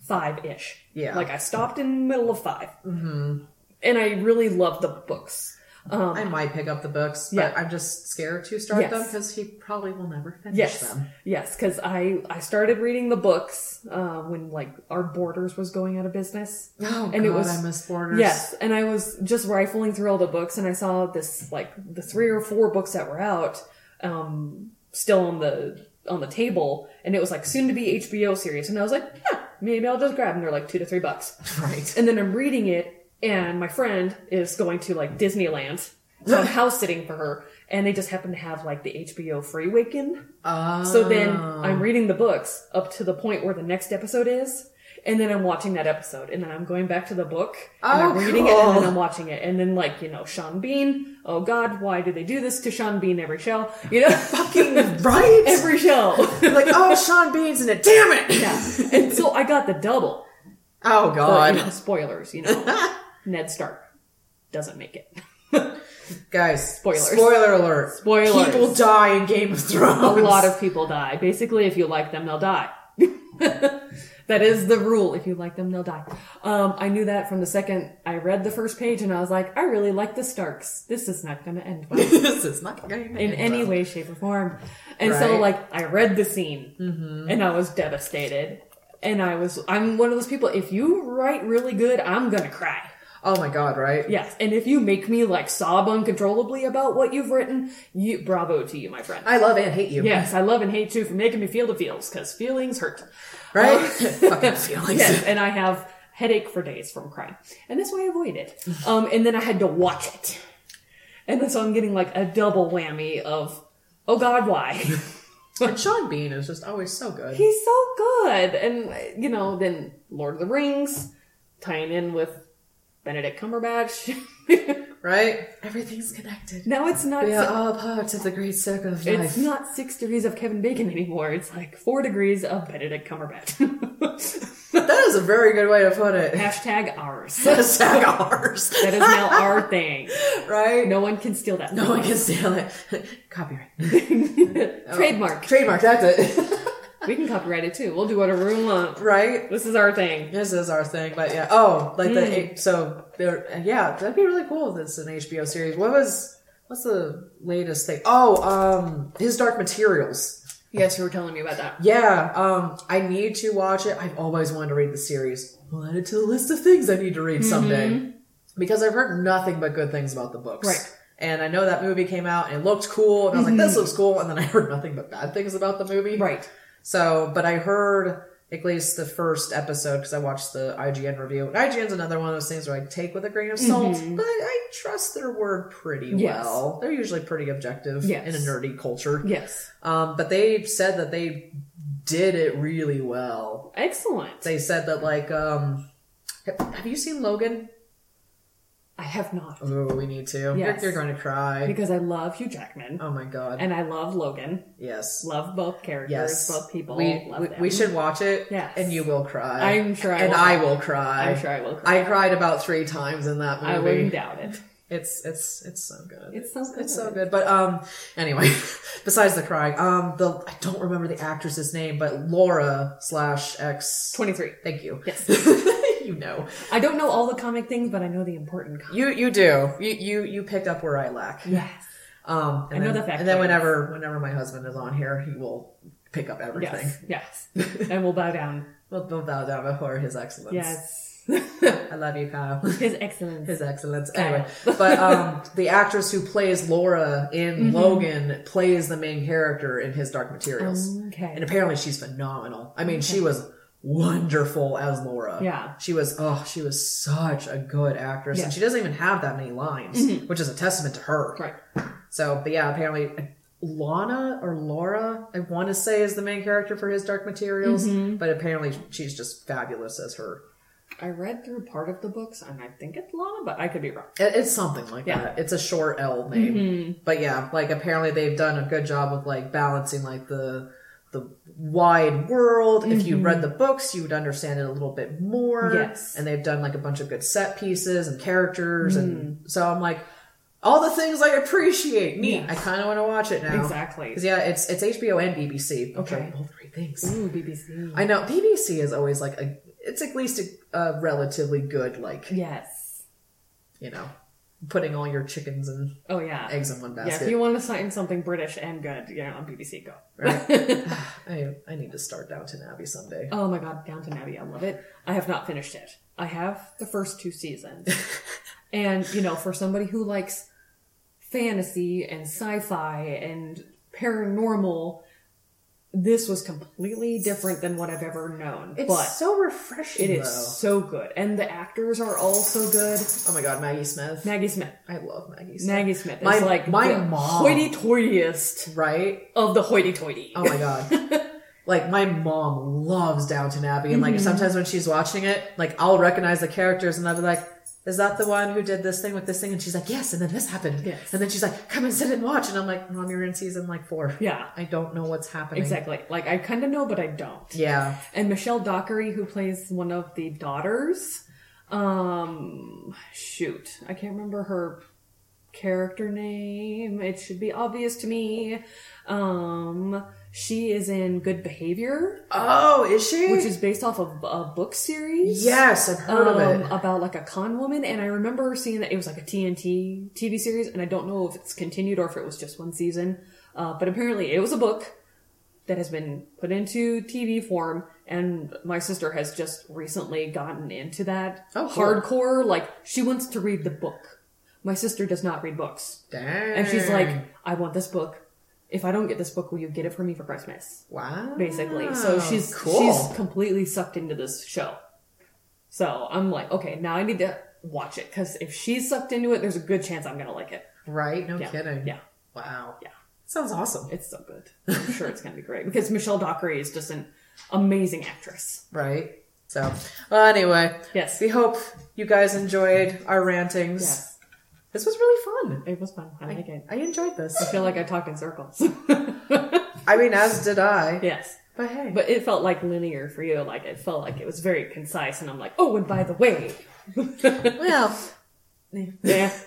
B: five ish.
A: Yeah.
B: like I stopped in the middle of 5 mm-hmm. and I really love the books. Um,
A: I might pick up the books, but
B: Yeah.
A: I'm just scared to start
B: Yes.
A: them because he probably will never finish
B: yes,
A: them.
B: yes, because I I started reading the books uh, when like our Borders was going out of business.
A: Oh God,
B: And it was-
A: I miss Borders.
B: Yes, and I was just rifling through all the books, and I saw this like the three or four books that were out, um, still on the on the table, and it was like soon to be HBO series, and I was like, yeah, maybe I'll just grab them. They're like two to three bucks,
A: right.
B: and then I'm reading it, and my friend is going to like Disneyland. So I'm house sitting for her, and they just happen to have like the HBO free weekend.
A: Oh. Ah.
B: So then I'm reading the books up to the point where the next episode is, And then I'm watching that episode, and then I'm going back to the book, and
A: Oh,
B: I'm reading it, and
A: cool.
B: then I'm watching it, and then like you know, Sean Bean. Oh God, why do they do this to Sean Bean every show? You know, fucking
A: Right?
B: every show.
A: like, oh, Sean Bean's in it. Damn it!
B: yeah. And so I got the double.
A: Oh
B: But,
A: God,
B: you know, spoilers. You know, Ned Stark doesn't make it.
A: guys!
B: Spoilers.
A: Spoiler alert!
B: Spoilers.
A: People die in Game of Thrones.
B: a lot of people die. Basically, if you like them, they'll die. that is the rule. If you like them, they'll die. Um, I knew that from the second I read the first page, and I was like, I really like the Starks. This is not going to end well
A: this is not going to
B: in any way, shape, or form. And so,
A: Right.
B: like, I read the scene, and I was devastated. And I was, I'm one of those people. If you write really good, I'm gonna cry.
A: Oh my God! Right?
B: Yes, and if you make me like sob uncontrollably about what you've written, you bravo to you, my friend.
A: I love and hate you.
B: Yes, I love and hate too for making me feel the feels because feelings hurt.
A: Right?
B: Um,
A: Fucking feelings.
B: yes, and I have headache for days from crying, and that's why I avoid it. Um, and then I had to watch it, and then so I'm getting like a double whammy of, oh God, why?
A: And Sean Bean is just always so good.
B: He's so good, and you know, then Lord of the Rings, tying in with Benedict Cumberbatch.
A: right? Everything's connected.
B: now it's not.
A: We are
B: so-
A: all parts of the great circle of life.
B: It's not six degrees of Kevin Bacon anymore. It's like four degrees of Benedict Cumberbatch.
A: that is a very good way to put it.
B: Hashtag ours.
A: Hashtag ours.
B: That is now our thing.
A: right?
B: No one can steal that.
A: No one can steal it. Copyright.
B: Trademark.
A: Trademark, that's it.
B: We can copyright it too. We'll do whatever we want.
A: right?
B: This is our thing.
A: This is our thing, but yeah. Oh, like
B: Hmm.
A: the so there. Yeah, that'd be really cool. if It's an HBO series. What was what's the latest thing? Oh, um, His Dark Materials.
B: Yes, you were telling me about that.
A: Yeah, um, I need to watch it. I've always wanted to read the series. We'll add it to the list of things I need to read someday because I've heard nothing but good things about the books.
B: Mm-hmm. Right. Mm-hmm.
A: And I know that movie came out and it looked cool, and I was like, "This looks cool," and then I heard nothing but bad things about the movie.
B: Right.
A: So, but I heard at least the first episode because I watched the IGN review. And IGN's another one of those things where I take with a grain of salt, but I trust their word pretty
B: Mm-hmm. Yes.
A: well. They're usually pretty objective
B: Yes.
A: in a nerdy culture.
B: Yes.
A: Um, but they said that they did it really well.
B: Excellent.
A: They said that like, um, have have you seen Logan?
B: I have not.
A: Oh, we need to. You're-
B: Yes.
A: You're, going to cry.
B: Because I love Hugh Jackman.
A: oh my god.
B: And I love Logan.
A: yes.
B: Love both characters,
A: Yes.
B: both people.
A: We,
B: love
A: we,
B: them.
A: we should watch it.
B: Yes.
A: And you will cry.
B: I'm sure I
A: and
B: will.
A: I will cry.
B: I'm sure I will.
A: I cried about three times in that movie.
B: I wouldn't doubt it.
A: It's it's it's so good.
B: It's so
A: It's so
B: good.
A: good. But um, anyway, besides the crying, um, the I don't remember the actress's name, but Laura slash X.
B: 23.
A: Thank you.
B: Yes.
A: you know.
B: I don't know all the comic things, but I know the important comic.
A: You you do. You you you picked up where I lack.
B: Yes.
A: Um, and
B: I know
A: then,
B: the fact
A: And then
B: that-
A: whenever whenever my husband is on here, he will pick up everything.
B: Yes. Yes. and we'll bow down.
A: We'll we'll bow down before his excellence.
B: Yes.
A: I love you, Kyle.
B: His excellence.
A: His excellence. Anyway, but um, the actress who plays Laura in
B: Mm-hmm.
A: Logan plays the main character in His Dark Materials,
B: Okay.
A: and apparently she's phenomenal. I mean, she was wonderful as Laura.
B: Yeah.
A: she was. Oh, she was such a good actress,
B: Yeah. Mm-hmm.
A: and she doesn't even have that many lines, which is a testament to her.
B: Right.
A: So, but yeah, apparently uh, Lana or Laura, I want to say, is the main character for His Dark Materials,
B: Mm-hmm.
A: but apparently she's just fabulous as her.
B: I read through part of the books, and I think it's Lana, but I could be wrong.
A: It, it's something like
B: Yeah. Mm-hmm.
A: that. It's a short L name, but yeah, like apparently they've done a good job of like balancing like the the wide world. If you read the books, you would understand it a little bit more.
B: Mm-hmm. Yes.
A: and they've done like a bunch of good set pieces and characters,
B: Mm-hmm.
A: and so I'm like, all the things I appreciate. Neat.
B: Yes.
A: I kind of want to watch it now.
B: Exactly.
A: 'Cause, yeah, it's it's HBO and BBC. which are
B: Okay. Mm-hmm.
A: all three things.
B: Ooh, BBC.
A: I know BBC is always like a. It's at least a, a relatively good like
B: yes.
A: you know, putting all your chickens and
B: Oh yeah.
A: eggs in one
B: yeah.
A: basket.
B: If you want to sign something British and good, you know, on BBC, go.
A: Right. I, I need to start Downton Abbey someday.
B: Oh my God, Downton Abbey, I love it. I have not finished it. I have the first two seasons, and you know, for somebody who likes fantasy and sci-fi and paranormal, this was completely different than what I've ever known.
A: It's
B: but
A: so refreshing.
B: It
A: though.
B: is so good. And the actors are all so good.
A: Oh my god, Maggie Smith.
B: Maggie Smith.
A: I love Maggie Smith.
B: Maggie Smith is
A: My-
B: like
A: my
B: the
A: mom.
B: hoity-toityest
A: right?
B: of the hoity-toity.
A: Oh my god. like my mom loves Downton Abbey, and like
B: Mm-hmm.
A: sometimes when she's watching it, like I'll recognize the characters, and I'll be like, "Is that the one who did this thing with this thing?" And she's like, "Yes," and then this happened,
B: Yes.
A: and then she's like, "Come and sit and watch," and I'm like, "Mom, you're in season like four.
B: Yeah.
A: I don't know what's happening."
B: Exactly. Like I kind of know, but I don't.
A: Yeah,
B: And Michelle Dockery, who plays one of the daughters, um, shoot, I can't remember her character name. It should be obvious to me. Um, she is in Good Behavior,
A: Oh, is she?
B: which is based off of a book series.
A: yes, I've heard of
B: Um,
A: it.
B: about like a con woman, and I remember seeing that it was like a TNT TV series, and I don't know if it's continued or if it was just one season. Uh, but apparently, it was a book that has been put into TV form, and my sister has just recently gotten into that
A: Oh, cool.
B: hardcore. Like she wants to read the book. My sister does not read books,
A: Dang.
B: and she's
A: Mm.
B: like, "I want this book. If I don't get this book, will you get it for me for Christmas?"
A: "Wow."
B: basically. So she's she's completely sucked into this show. So I'm like, okay, now I need to watch it because if she's sucked into it, there's a good chance I'm gonna like it.
A: right. No
B: Yeah,
A: kidding.
B: yeah.
A: Wow.
B: Yeah.
A: Sounds awesome.
B: It's so good. I'm sure it's gonna be great because Michelle Dockery is just an amazing actress.
A: Right. So, well, anyway,
B: Yes.
A: we hope you guys enjoyed our rantings.
B: Yes,
A: This was really fun.
B: it was fun. I like it.
A: I enjoyed
B: I
A: this.
B: feel like I talked in circles.
A: I mean, as did I.
B: yes.
A: But hey,
B: But it felt like linear for you. Like it felt like it was very concise, and I'm like, oh, and by the way,
A: well,
B: yeah,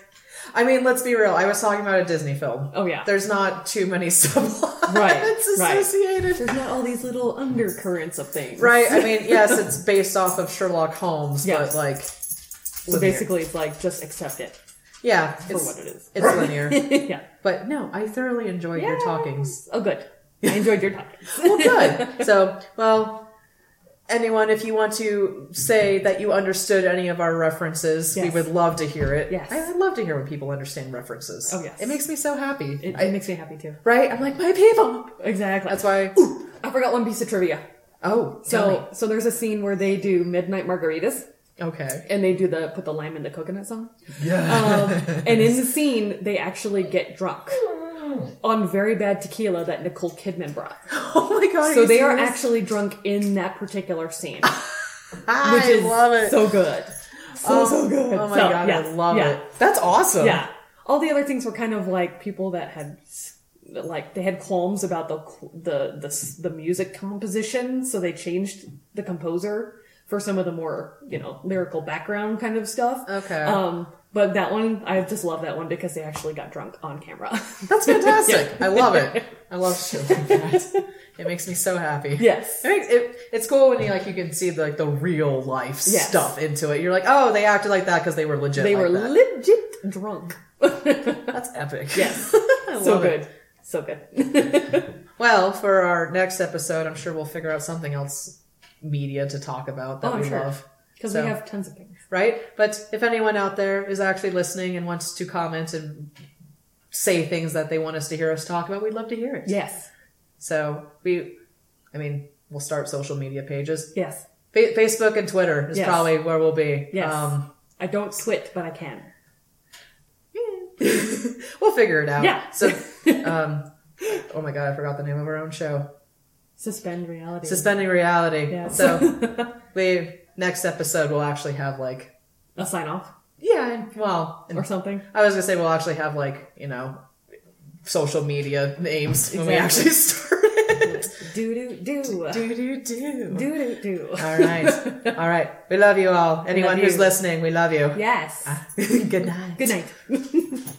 A: I mean, let's be real. I was talking about a Disney film.
B: oh yeah.
A: There's not too many subplots
B: Right, right.
A: associated.
B: There's not all these little undercurrents of things,
A: Right. I mean, yes, it's based off of Sherlock Holmes,
B: Yeah.
A: but like,
B: So basically, it's like just accept it
A: yeah,
B: for
A: it's,
B: what it is.
A: it's linear.
B: yeah.
A: But no, I thoroughly enjoyed your
B: Yes.
A: talkings.
B: Oh, good. I enjoyed your talkings.
A: Well, good. So, well, anyone, if you want to say that you understood any of our references, we
B: Yes.
A: would love to hear it.
B: Yes.
A: I, I love to hear when people understand references.
B: Oh, yes.
A: It makes me so happy.
B: It, it
A: I-
B: makes me happy too.
A: right? I'm like, my people!
B: Exactly.
A: That's why.
B: I forgot one piece of trivia.
A: Oh, tell
B: So, so there's a scene where they do midnight margaritas,
A: me. Okay.
B: and they do the put the lime in the coconut song.
A: Yeah.
B: Um, and in the scene, they actually get drunk on very bad tequila that Nicole Kidman brought.
A: oh my god.
B: So
A: you
B: they are
A: serious?
B: actually drunk in that particular scene,
A: I
B: which is
A: love it.
B: so good. So so good.
A: Oh my
B: So,
A: god,
B: yeah,
A: I love
B: yeah.
A: it. That's awesome.
B: Yeah. All the other things were kind of like people that had that, like they had qualms about the the the the music composition, so they changed the composer for some of the more, you know, lyrical background kind of stuff.
A: Okay.
B: Um but that one, I just love that one because they actually got drunk on camera.
A: That's fantastic. I love it. I love shit like that. It makes me so happy.
B: yes.
A: I mean, it, it's cool when you like you can see the, like the real life
B: Yes.
A: stuff into it. You're like, oh, they acted like that because they were legit.
B: They
A: like
B: were
A: that.
B: legit drunk.
A: That's epic.
B: Yes.
A: I love it.
B: so good. So good.
A: Well, for our next episode, I'm sure we'll figure out something else media to talk about that
B: Oh, I'm
A: we
B: sure.
A: love.
B: Because
A: So-
B: we have tons of things.
A: Right? But if anyone out there is actually listening and wants to comment and say things that they want us to hear us talk about, we'd love to hear it.
B: Yes.
A: So we, I mean, we'll start social media pages.
B: Yes.
A: Fa Facebook and Twitter is
B: Yes.
A: probably where we'll be. Um,
B: Yes. I don't twit, but I can.
A: we'll figure it out.
B: Yeah.
A: Oh. So, um, oh my god, I forgot the name of our own show.
B: Suspend reality.
A: Suspending reality.
B: Yeah.
A: So we next episode we'll actually have like
B: a sign off
A: yeah and- well and
B: or something.
A: I was gonna say we'll actually have like you know social media names when we
B: Exactly.
A: actually start it.
B: do do do do
A: do do do.
B: do do.
A: All right, all right. We love you all. Anyone
B: love
A: who's
B: you.
A: Uh, listening, we love you.
B: Yes.
A: Good Ah, night.
B: Good night.